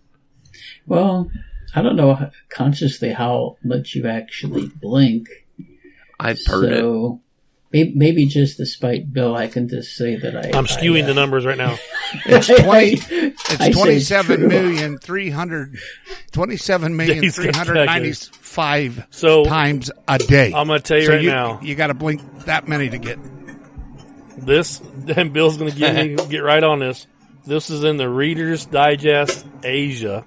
well, I don't know how- consciously how much you actually blink. I've heard it. so maybe, maybe just despite Bill, I can just say that I. I'm skewing the I, uh, numbers right now. It's twenty. I say It's twenty-seven true. million three hundred. Twenty-seven million Days three hundred calculators. ninety-five So times a day. I'm going to tell you so right you, now. you got to blink that many to get. This and Bill's going to give me get right on this. This is in the Reader's Digest Asia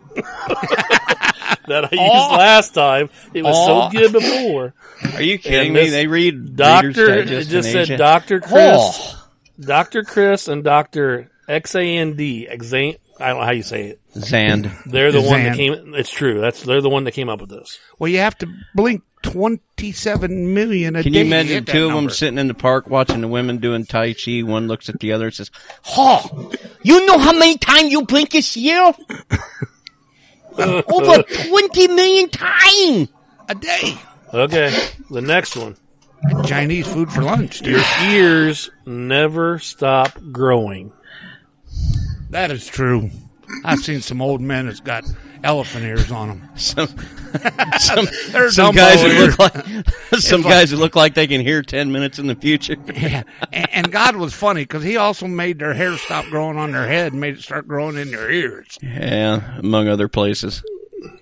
that I used last time. It was Aw. so good before. Are you kidding And me? this They read Reader's Doctor, it Digest just in said Asia. Doctor Chris, Doctor Chris, and Doctor X A N D. Xan- I don't know how you say it. Zand. They're the one that Xan. came. It's true. That's they're the one that came up with this. Well, you have to blink 27 million a Can day. you Hit imagine that two of them number. sitting in the park watching the women doing Tai Chi? One looks at the other and says, Hall, you know how many times you blink this year? Over 20 million times! a day? Okay, the next one. Chinese food for lunch, dude. Your ears never stop growing. That is true. I've seen some old men that's got elephant ears on them. some some, They're some Dumbo guys who here. look like some guys who look like they can hear ten minutes in the future. Yeah. And, and God was funny because he also made their hair stop growing on their head and made it start growing in their ears Yeah, among other places.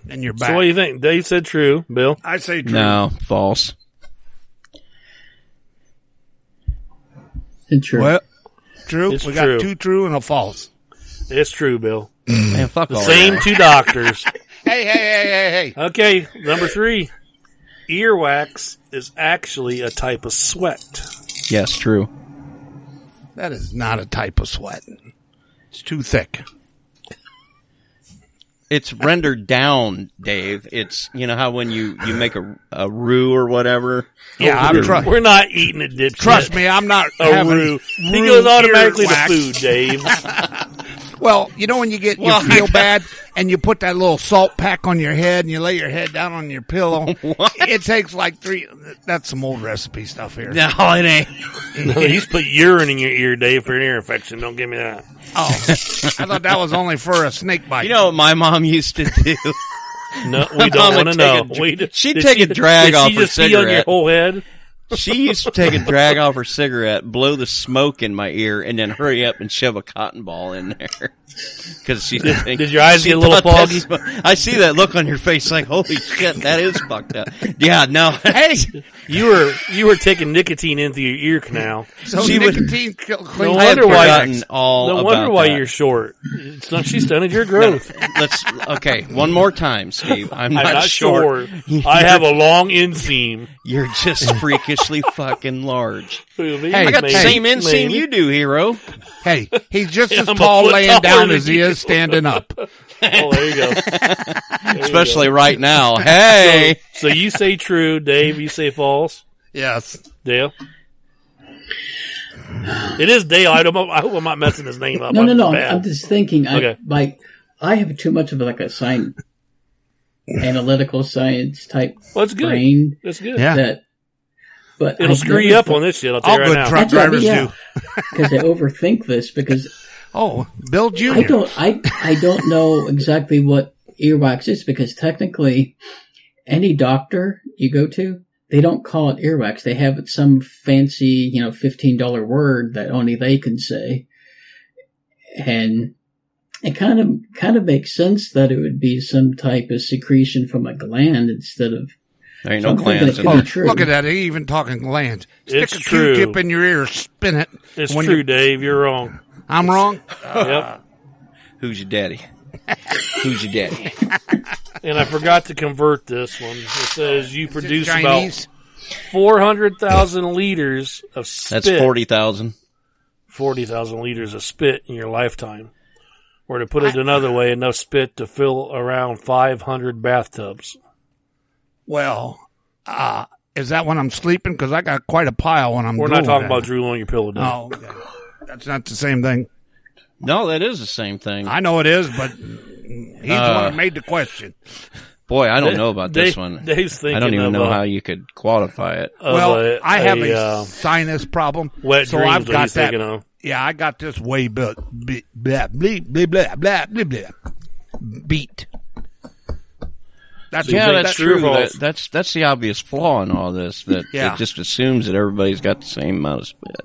and your back. So what do you think? Dave said true, Bill. I say true. No, false. It's true. Well, true. It's we got true. two true and a false. It's true, Bill. Man, fuck all Same that. two doctors. Hey, hey, hey, hey, hey. Okay, number three. Earwax is actually a type of sweat. Yes, true. That is not a type of sweat. It's too thick. It's rendered down, Dave. It's you know how when you you make a a roux or whatever. Yeah, I'm trying. We're not eating a dip. Trust me, I'm not A having roux. He roux goes automatically earwax. to food, Dave. Well, you know when you get you Well, feel bad and you put that little salt pack on your head and you lay your head down on your pillow. It takes like three. That's some old recipe stuff here. No, it ain't. no, you just put urine in your ear, Dave, for an ear infection. Don't give me that. Oh, I thought that was only for a snake bite. You know what my mom used to do? No, we Mom don't want to would take know. a dr- We d- she'd did take a drag did off she her just pee on your cigarette. whole head. She used to take a drag off her cigarette, blow the smoke in my ear, and then hurry up and shove a cotton ball in there. Because she did, did your eyes get a little foggy? I see that look on your face, like holy shit, that is fucked up. Yeah, no, hey, You were you were taking nicotine into your ear canal. so She would- nicotine kill- No clean. I had wonder why- forgotten all No about wonder why that. you're short. It's not she stunted your growth. Let's okay, one more time, Steve. I'm not, I'm not sure. sure. I have a long inseam. You're just freakishly fucking large. I got the Maybe. same inseam you do, hero. Hey, he's just as I'm a tall foot laying taller down than as he you. is standing up. Oh, there you go. Especially right now. Hey. So you say true, Dave. You say false, Yes. Dale. It is Dale. I, don't, I hope I'm not messing his name up. no, no, I'm no. bad. I'm just thinking. I, Okay. Like, I have too much of like a science, analytical science type well, it's good. brain It's good. Yeah. that. But It'll I screw you up never- on this shit. I'll tell All you good right now. truck That's what I drivers mean, do. because I overthink this because Oh, Bill Jr. I don't I I don't know exactly what earwax is because technically any doctor you go to they don't call it earwax they have some fancy you know fifteen dollar word that only they can say and it kind of kind of makes sense that it would be some type of secretion from a gland instead of There ain't no Something glands that in could there. be true. Oh, Look at that. He even talking glands. Stick It's a true. Q-tip in your ear, spin it. It's When true, you- Dave. You're wrong. I'm wrong. Yep. Who's your daddy? Who's your daddy? And I forgot to convert this one. It says you produce about Chinese. 400,000 liters of spit. That's forty thousand. 40,000 liters of spit in your lifetime. Or to put it another way, enough spit to fill around 500 bathtubs. Well, uh, is that when I'm sleeping? Because I got quite a pile when I'm. We're not doing talking that. about drool on your pillow, Dave. No, okay. that's not the same thing. No, that is the same thing. I know it is, but he's the Uh, one that made the question. Boy, I don't know about this Dave- one. Dave's thinking I don't even of know a- how you could qualify it. of well, a- I have a, a, uh, sinus problem, wet so dreams, I've what got he's that. thinking of. Yeah, I got this way built. Blah blah blah blah blah blah blah. Beat. That's Yeah, that's that- true. true or That, false? that's that's the obvious flaw in all this. That Yeah. it just assumes that everybody's got the same amount of spit.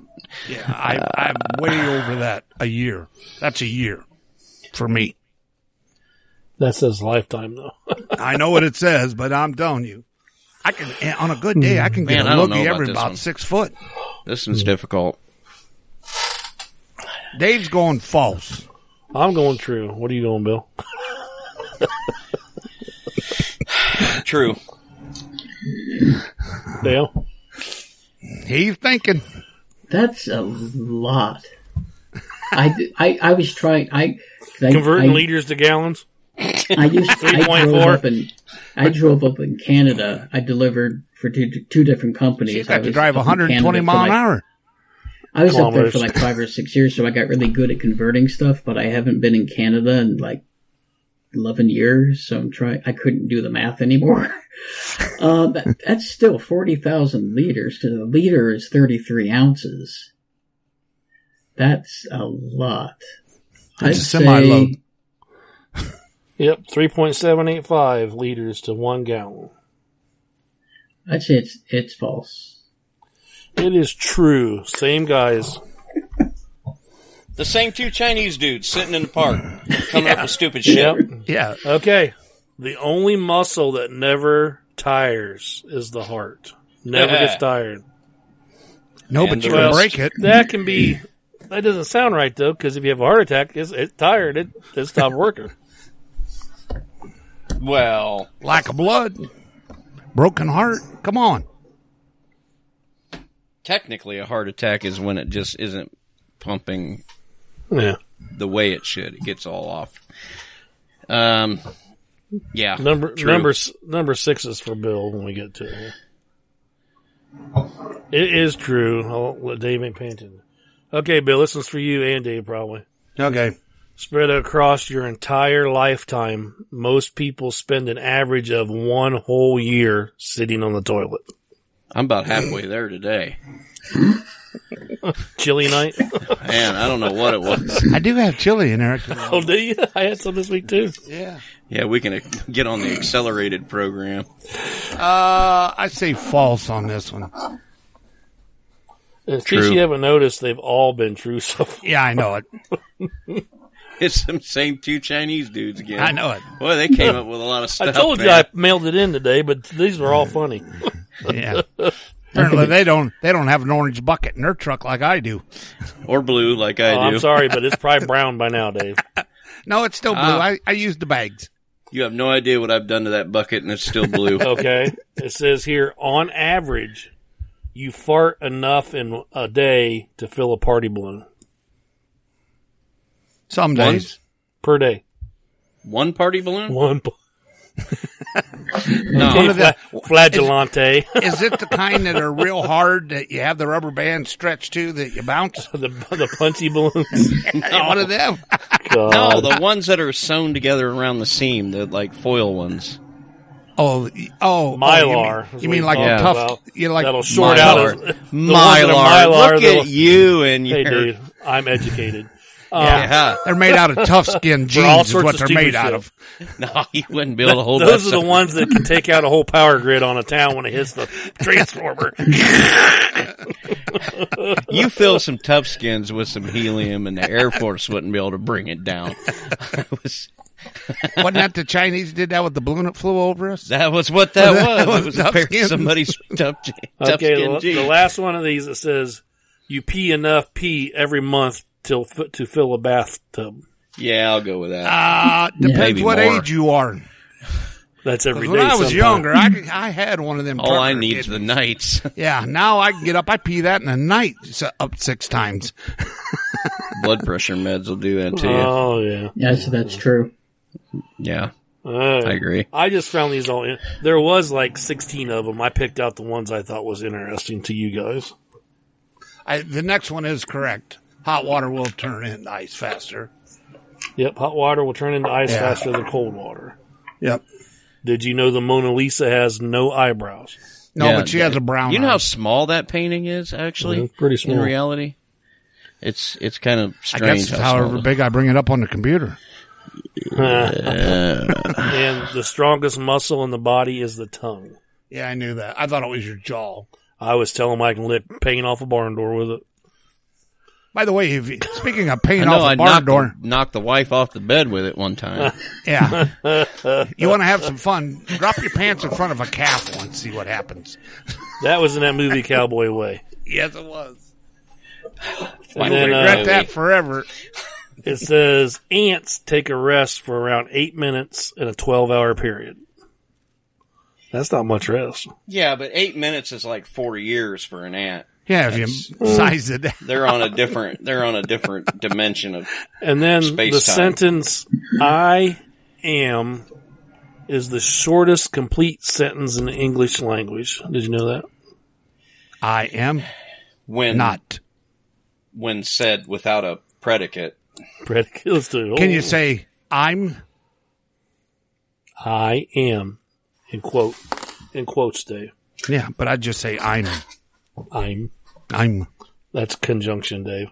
Yeah, I, I'm way over that. A year. That's a year for me. That says lifetime, though. I know what it says, but I'm telling you, I can and on a good day I can Man, get I a don't know loogie about every this about one. six foot. This one's difficult. Dave's going false. I'm going true. What are you going, Bill? True. Dale? He's thinking. That's a lot. I, I, I was trying. I, I Converting I- liters to gallons? I used I 3.4. drove up in I drove up in Canada. I delivered for two two different companies. She's I got to was drive up in 120 Canada for mile an like- hour. I was up there for kilometers. like five or six years, so I got really good at converting stuff. But I haven't been in Canada in like eleven years, so I'm trying. I couldn't do the math anymore. uh, that, that's still forty thousand liters. Because a liter is thirty three ounces. That's a lot. That's I'd a semi-load. say- Yep, 3.785 liters to one gallon. I'd say it's it's false. It is true. Same guys. The same two Chinese dudes sitting in the park coming up with stupid shit. Yep. Yeah. Okay. The only muscle that never tires is the heart. Never gets tired. No, And but you the can rest. break it. That can be. That doesn't sound right though, because if you have a heart attack, it's, it's tired. It it stopped working. Well, Lack of blood. Broken heart. Come on. technically, a heart attack is when it just isn't pumping Yeah. the way it should. It gets all off. Um, yeah. Number true. number s- number six is for Bill when we get to it. It is true. I'll let Dave McPanton. Okay, Bill, this one's for you and Dave probably. Okay. Spread across your entire lifetime, most people spend an average of one whole year sitting on the toilet. I'm about halfway there today, Chilly night. man. I don't know what it was. I do have chili in there. oh, do you? I had some this week too. Yeah. Yeah, we can get on the accelerated program. Uh, I say false on this one. In case True. you haven't noticed, they've all been true so far. Yeah, I know it. It's the same two Chinese dudes again. I know it. Boy, they came up with a lot of stuff. I told you man. I mailed it in today, but these were all funny. Yeah. Apparently they don't they don't have an orange bucket in their truck like I do. or blue, like I Oh, do. I'm sorry, but it's probably brown by now, Dave. No, it's still blue. Ah. I, I use the bags. You have no idea what I've done to that bucket, and it's still blue. Okay. It says here, on average, you fart enough in a day to fill a party balloon Some One- days. per day. One party balloon? One. bu- No. One of the- Fla- flagellante. Is it the kind that are real hard that you have the rubber band stretched to that you bounce? the, the punchy balloons. One of them. No, God. the ones that are sewn together around the seam, the like foil ones. Oh, y- oh, Mylar Oh, you mean, you mean is what he's like talking tough? about. You like That'll short out. Mylar. His, the ones that Mylar. are Mylar, Look they'll- at you and your Hey, dude, I'm educated. Uh, Yeah. They're made out of tough skin For all jeans. Is sorts what of they're stupid made out shit. of. No, Oh, you wouldn't be able to hold that Those are stuff. the ones that can take out a whole power grid on a town when it hits the transformer. You fill some tough skins with some helium, and the Air Force wouldn't be able to bring it down. That was, Wasn't that the Chinese did that with the balloon that flew over us? that was what that was. That was It was a tough pair of skin. somebody's tough, je- tough okay, skin the, jeans. the last one of these it says you pee enough pee every month till f- to fill a bathtub. Yeah, I'll go with that. Uh, depends Maybe what more. age you are. 'Cause That's every day. When I was sometime. younger, I, could- I had one of them. All I trucker need is kids. the nights. Yeah, now I can get up. I pee that in the night so up six times. Blood pressure meds will do that to you. Oh yeah. Yes, that's true. yeah, All I right. agree. I just found these all in. There was like 16 of them. I picked out the ones I thought was interesting to you guys. I, the next one is correct. Hot water will turn into ice faster. Yep, hot water will turn into ice Yeah. faster than cold water. Yep. Did you know the Mona Lisa has no eyebrows? No, Yeah, but she has a brown. You know how eye. small that painting is, actually. Yeah, pretty small. In reality, it's it's kind of I strange. guess it's how however small big I bring it up on the computer. and the strongest muscle in the body is the tongue. Yeah, I knew that. I thought it was your jaw. I was telling him I can lick paint off a barn door with it. By the way, if you, speaking of I paint know off I a barn knocked, door, knocked the wife off the bed with it one time. yeah, you want to have some fun? Drop your pants in front of a calf once, see what happens. That was in that movie Cowboy Way. Yes, it was. And Finally then Regret uh, that forever. it says ants take a rest for around eight minutes in a 12 hour period. That's not much rest. yeah, but eight minutes is like four years for an ant. Yeah, if you size it. They're on a different. They're on a different dimension of. And then Space the time. sentence, I am is the shortest complete sentence in the English language. Did you know that? I am When not. when said without a predicate, Predicate. Let's do it. Can you say I'm? I am in quote in quotes day. Yeah, but I just say I'm. I'm I'm that's conjunction day.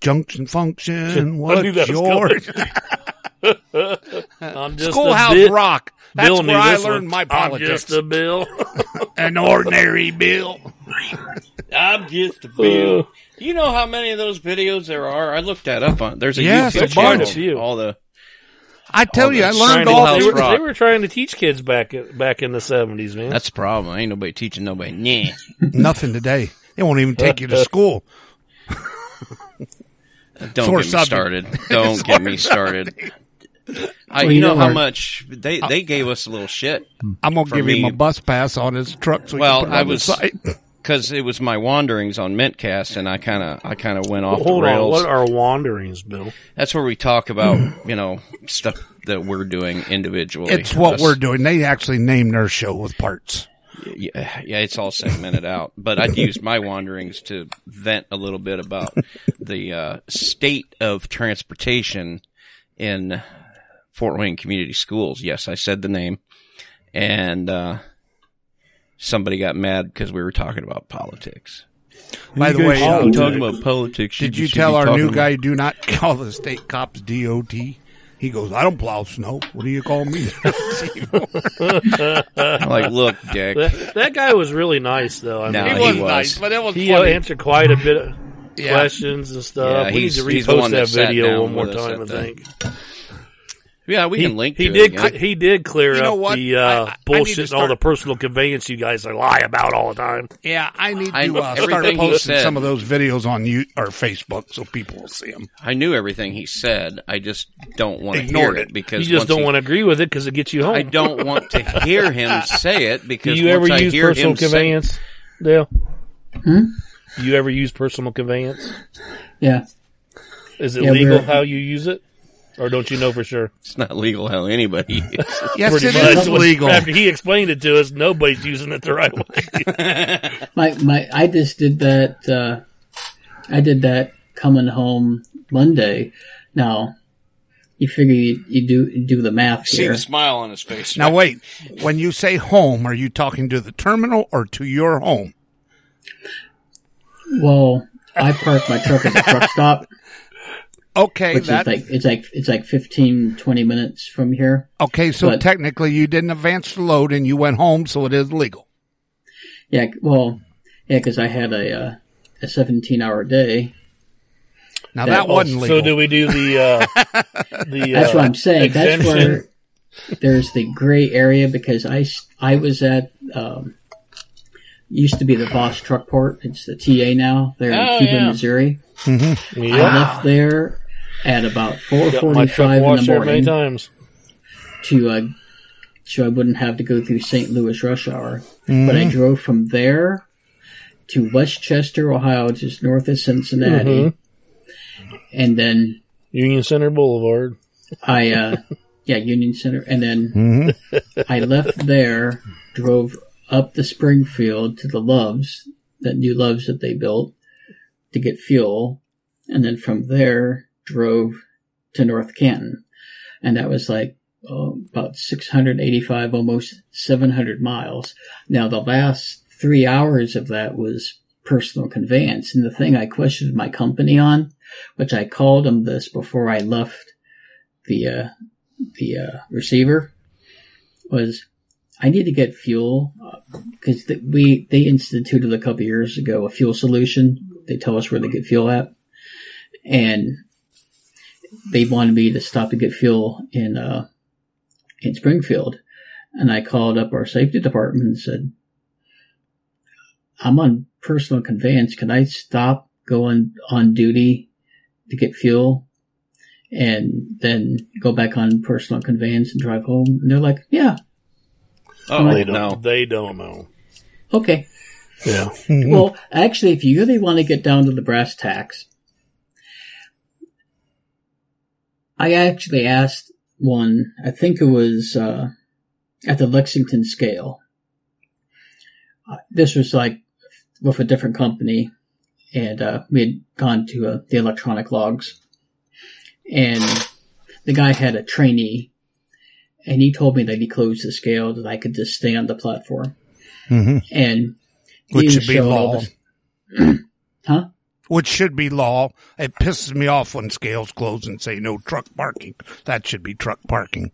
junction function. I knew What's that was yours? I'm just Uh, Schoolhouse a bit- Rock. That's Bill knew where I this one. learned my I'm just politics. a bill. An ordinary Bill. I'm just a bill. you know how many of those videos there are? I looked that up on. There's a Yes, YouTube a bunch. channel. All the I tell you, I that's learned shiny all house they, these were, rock. they were trying to teach kids back back in the seventies, man. that's the problem. Ain't nobody teaching nobody. Nah. Nothing today. They won't even take you to school. Don't Sore get me subject. started. Don't get me started. I, Well, you you know know how our- much they they gave us a little shit I'm gonna give me- him a bus pass on his truck. So Well, well, I I was- was. because it was my wanderings on Mintcast, and I kind of I kind of went off Hold the on, rails. what are wanderings, Bill? That's where we talk about you know stuff that we're doing individually. Mm. It's what Us- we're doing. They actually named their show with parts. yeah, yeah, it's all segmented out. But I'd use my wanderings to vent a little bit about the uh, state of transportation in Fort Wayne Community Schools. Yes, I said the name, and uh, somebody got mad because we were talking about politics. By the way, guys- uh, Oh, I'm talking about politics. did you should tell be our talking new about- guy do not call the state cops DOT? He goes, I don't plow snow. What do you call me? I'm like, look, Dick. That, that guy was really nice, though. I No, mean, he was nice, but it was he uh, answered quite a bit of questions and stuff. Yeah, we need he's- to he's the repost one that that sat down video one more with us, time. I I think Yeah, we he, can link. he to It, did. yeah. cle- he did clear You know up what? the uh, I- I- I need to bullshit and all start- the personal conveyance you guys lie about all the time. Yeah, I need I- to uh, start everything he posting said. some of those videos on you or Facebook so people will see them. I knew everything he said. I just don't want to hear Ignored it it. because You just once don't he- want to agree with it because it gets you home. I don't want to hear him say it Do because you once ever I use hear personal him say it, conveyance, Dale? Hmm? Do you ever use personal conveyance? Yeah. Is it Yeah, legal we're- how you use it, or don't you know for sure? it's not legal how anybody. Is. Yes, it is Pretty much. legal. After he explained it to us, nobody's using it the right way. My my I just did that uh I did that coming home Monday. Now you figure you, you do you do the math See here. the smile on his face. Now wait, when you say home, are you talking to the terminal or to your home? Well, I park my truck at the truck stop, Okay, which is that like it's like it's like 15, 20 minutes from here. okay. So but- technically, you didn't advance the load and you went home, so it is legal. Yeah, well, yeah, because I had a uh, a seventeen hour day. Now Yeah. that Oh, wasn't legal. So do we do the uh, the? That's uh, what I'm saying. That's exemption? where there's the gray area because I, s- I was at um, used to be the Voss Truck Port. It's the TA now. They're Oh, in Cuba, yeah. Missouri. I Yeah. left there at about Got my truck 4:45 in washed the there many morning times. to uh, so I wouldn't have to go through St. Louis rush hour. But Mm-hmm. I drove from there to Westchester, Ohio, just north of Cincinnati, Mm-hmm. and then Union Center Boulevard. I uh yeah, Union Center and then I left there, drove up the Springfield to the Loves, that new Loves that they built to get fuel, and then from there drove to North Canton. And that was like oh, about 685 almost 700 miles. Now the last 3 hours of that was personal conveyance and the thing I questioned my company on, which I called them this before I left the uh, the uh, receiver was I need to get fuel because th- we they instituted a couple years ago a fuel solution. They tell us where to get fuel at, and they wanted me to stop to get fuel in uh, in Springfield, and I called up our safety department and said, "I'm on personal conveyance. Can I stop going on duty to get fuel?" and then go back on personal conveyance and drive home. And they're like, yeah, oh They don't. no, They don't know. okay. Yeah. Mm-hmm. Hmm. Well, actually, if you really want to get down to the brass tacks, I actually asked one. I think it was uh, at the Lexington scale. Uh, this was like with a different company, and uh, we had gone to uh, the electronic logs, and the guy had a trainee, and he told me that he closed the scale that I could just stay on the platform, Mhm. and he Which should be showed all law. this- huh? Which should be law. It pisses me off when scales close and say no truck parking. That should be truck parking.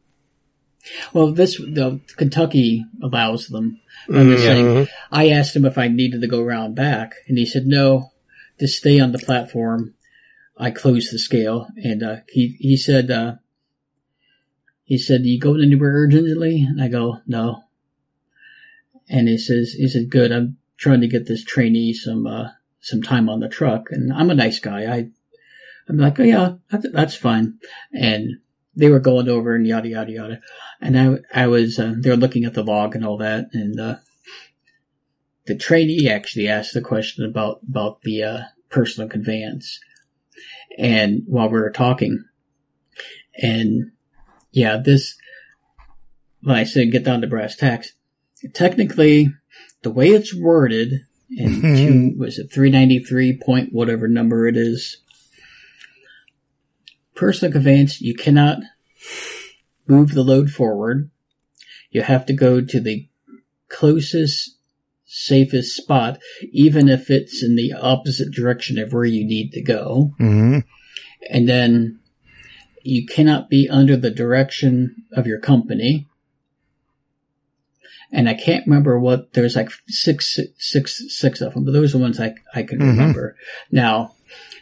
Well, this the Kentucky allows them. I'm Mm-hmm. just saying. I asked him if I needed to go around back, and he said no, just stay on the platform. I closed the scale, and uh, he he said uh, he said, "Do you go anywhere urgently?" And I go, "No." And he says, "He said, good. I'm trying to get this trainee some uh, some time on the truck, and I'm a nice guy. I I'm like, oh yeah, that's, that's fine." And they were going over and yada yada yada and I, I was, uh, they were looking at the log and all that, and uh, the trainee actually asked the question about about the uh, personal conveyance, and while we were talking, and yeah, this when I said get down to brass tacks, technically, the way it's worded in two was it three ninety three point whatever number it is. Personal conveyance, you cannot move the load forward. You have to go to the closest, safest spot, even if it's in the opposite direction of where you need to go. Mm-hmm. And then you cannot be under the direction of your company. And I can't remember what there's like six, six, six of them, but those are the ones I, I can remember. Now,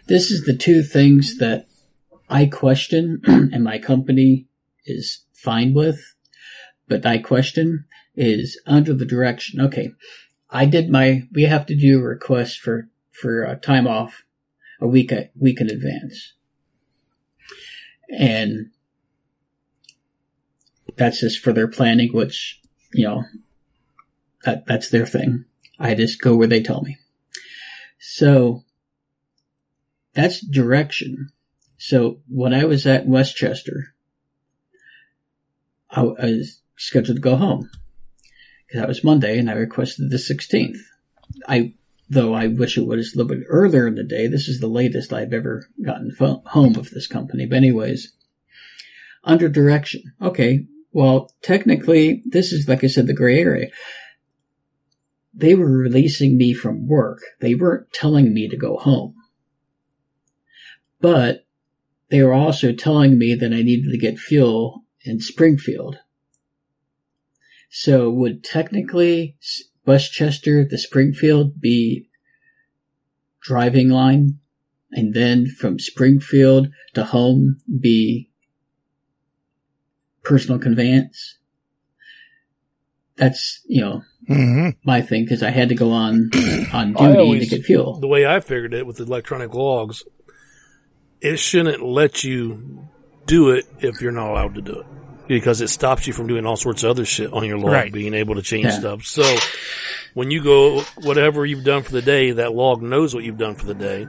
this is the two things that I question and my company is fine with, but I question is under the direction. Okay. I did my, we have to do a request for, for uh, time off a week, a week in advance. And that's just for their planning, which, you know, that, that's their thing. I just go where they tell me. So that's direction. So when I was at Westchester, I was scheduled to go home because that was Monday, and I requested the 16th. I, though I wish it was a little bit earlier in the day. This is the latest I've ever gotten fo- home with this company. But anyways, under direction. Okay. Well, technically, this is like I said, the gray area. They were releasing me from work. They weren't telling me to go home, but they were also telling me that I needed to get fuel in Springfield. So would technically S- Westchester the Springfield be driving line and then from Springfield to home be personal conveyance? That's, you know, Mm-hmm. my thing because I had to go on, on I duty always- to get fuel. The way I figured it with electronic logs, it shouldn't let you do it if you're not allowed to do it because it stops you from doing all sorts of other shit on your log, Right. being able to change Yeah. stuff. So when you go, whatever you've done for the day, that log knows what you've done for the day.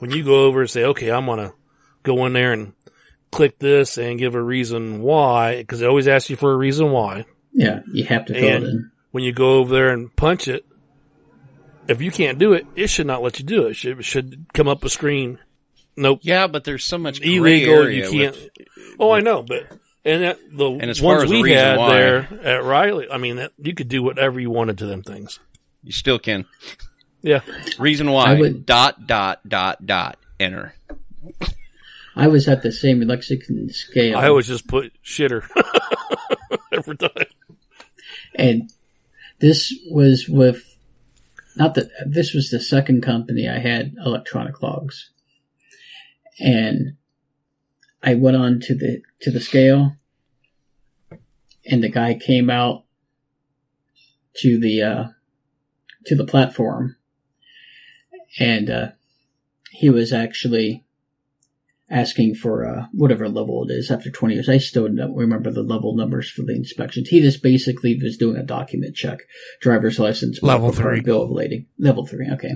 When you go over and say, okay, I'm going to go in there and click this and give a reason why, because they always ask you for a reason why Yeah, you have to fill And- it in. when you go over there and punch it, if you can't do it, it should not let you do it. It should, it should come up a screen. Nope. Yeah, but there's so much gray Illegal. area You with- can't. oh, I know, but and that, the And as far ones as the we reason had why- there at Riley, I mean, that, you could do whatever you wanted to them things. you still can. Yeah. Reason why I would- dot dot dot dot enter. I was at the same Lexington scale. I always just put shitter every time. and this was with not that this was the second company I had electronic logs, and I went on to the to the scale, and the guy came out to the uh, to the platform, and uh, he was actually asking for uh, whatever level it is after 20 years. I still don't remember the level numbers for the inspections. He just basically was doing a document check, driver's license, Level medical card, three. bill of lading, level three. Okay,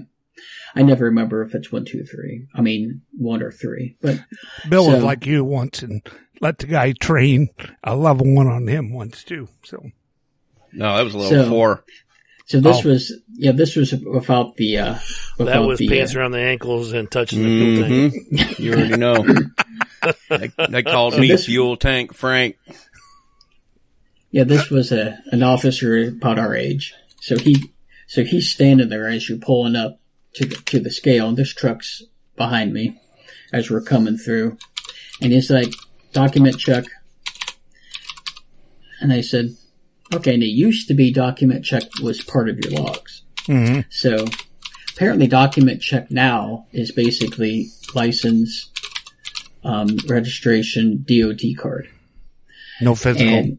I never remember if it's one, two, three. I mean, one or three. But Bill was So- like you once and let the guy train a level one on him once too. So No, that was level So- four. so this Oh. was yeah, this was without the uh, That without was the, pants uh, around the ankles and touching the fuel tank. Mm-hmm. You already know. they, they called me this- fuel tank Frank. yeah, this was a an officer about our age. So he so he's standing there as you're pulling up to the, to the scale, and this truck's behind me as we're coming through, and he's like, "Document check," and I said, "Okay." And it used to be document check was part of your logs. Mm-hmm. So apparently document check now is basically license, um, registration, DOT card. no physical. And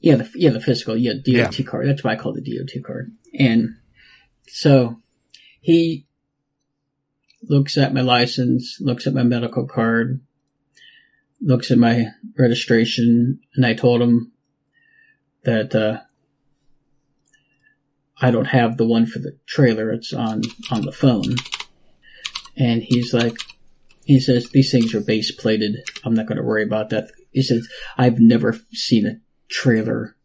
yeah, the, yeah, the physical, yeah, DOT Yeah. card. That's why I call it the DOT card. And so he looks at my license, looks at my medical card, looks at my registration, and I told him that, uh, I don't have the one for the trailer. It's on, on the phone. And he's like, he says, these things are base plated. I'm not going to worry about that. He says, I've never seen a trailer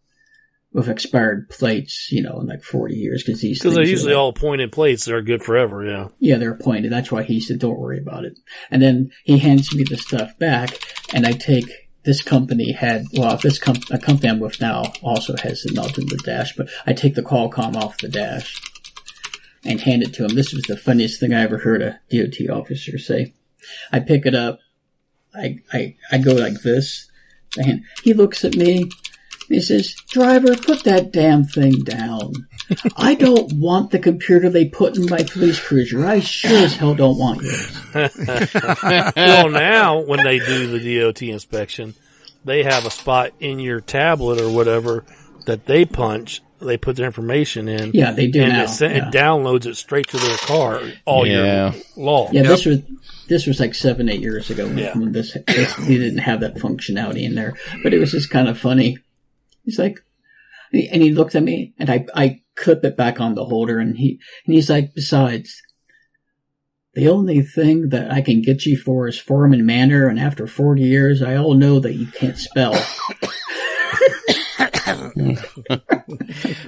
with expired plates, you know, in like 40 years because these Because things they're are usually like- all pointed plates that are good forever, yeah. yeah, they're appointed. That's why he said, don't worry about it. And then he hands me the stuff back, and I take this company had well, this com- a company I'm with now also has it not in the dash, but I take the Qualcomm off the dash and hand it to him. This was the funniest thing I ever heard a DOT officer say. I pick it up, I I, I go like this, and he looks at me. and He says, "Driver, put that damn thing down." I don't want the computer they put in my police cruiser. I sure as hell don't want it. well, now when they do the DOT inspection, they have a spot in your tablet or whatever that they punch. They put their information in. Yeah, they do and now. It, sen- yeah, it downloads it straight to their car. All Yeah. your log. Yeah, this was this was like seven, eight years ago when, Yeah. when this, this they didn't have that functionality in there. But it was just kind of funny. He's like, and he looked at me, and I I clip it back on the holder, and he and he's like, besides. The only thing that I can get you for is form and manner, and after 40 years, I all know that you can't spell.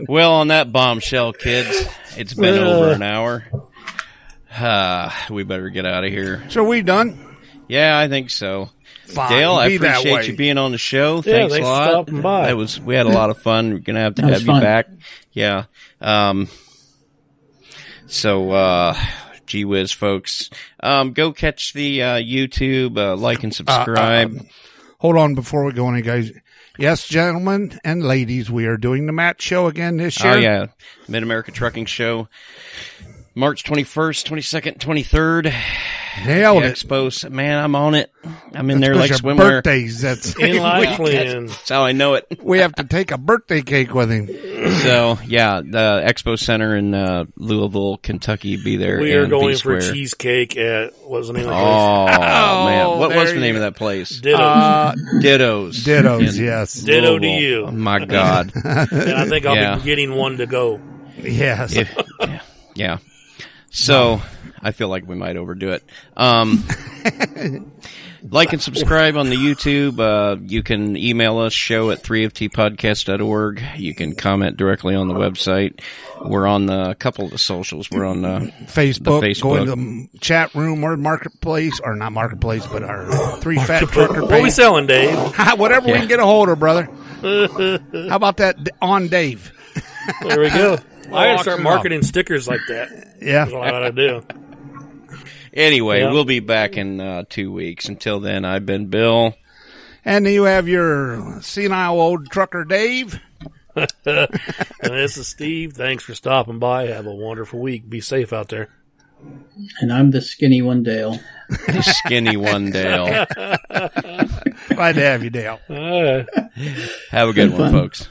Well, on that bombshell, kids, it's been over an hour. Uh, we better get out of here. so we done. Yeah, I think so. Fine. Dale, I Ah, be that way. appreciate you being on the show. Yeah, Thanks a thanks for lot. stopping by. That was we had a lot of fun. We're gonna have to That was have you fun. back. Yeah. Um, so, uh, gee whiz, folks. Um, go catch the uh, YouTube, uh, like and subscribe. Hold on before we go any guys. Yes, gentlemen and ladies, we are doing the Matt show again this year. Oh yeah, Mid America Trucking Show, March twenty first, twenty second, twenty third. Nailed it. Expos. Man, I'm on it. I'm in there like Because your swimwear. birthdays. That's In Lakeland. That's how I know it. we have to take a birthday cake with him. So yeah, the Expo Center in uh, Louisville, Kentucky, be there. We are and going be for square. cheesecake at what's the name of the place? Oh, man, what there was the you name of that place? Ditto, Um, Uh, Dittos. dittos. in yes. ditto to Louisville. Oh, you. my God. And I think I'll Yeah. be getting one to go. Yes. If- yeah, yeah. So I feel like we might overdo it. Um, like and subscribe on the YouTube. Uh, you can email us show at 3ftpodcast.org. You can comment directly on the website. We're on the, a couple of the socials. We're on the Facebook, The Facebook. go into the chat room or marketplace, or not marketplace, but our three fat trucker What are we page. selling, Dave? Whatever we Yeah. can get a hold of, brother. How about that d- on Dave? There we go. I gotta start auction marketing stickers like that. That's Yeah. what I gotta do. Anyway, Yeah. we'll be back in uh, two weeks. Until then, I've been Bill. And you have your senile old trucker Dave. And this is Steve. Thanks for stopping by. Have a wonderful week. Be safe out there. And I'm the skinny one, Dale. Skinny one Dale. Glad to have you, Dale. All right. Have a good one, fun. folks.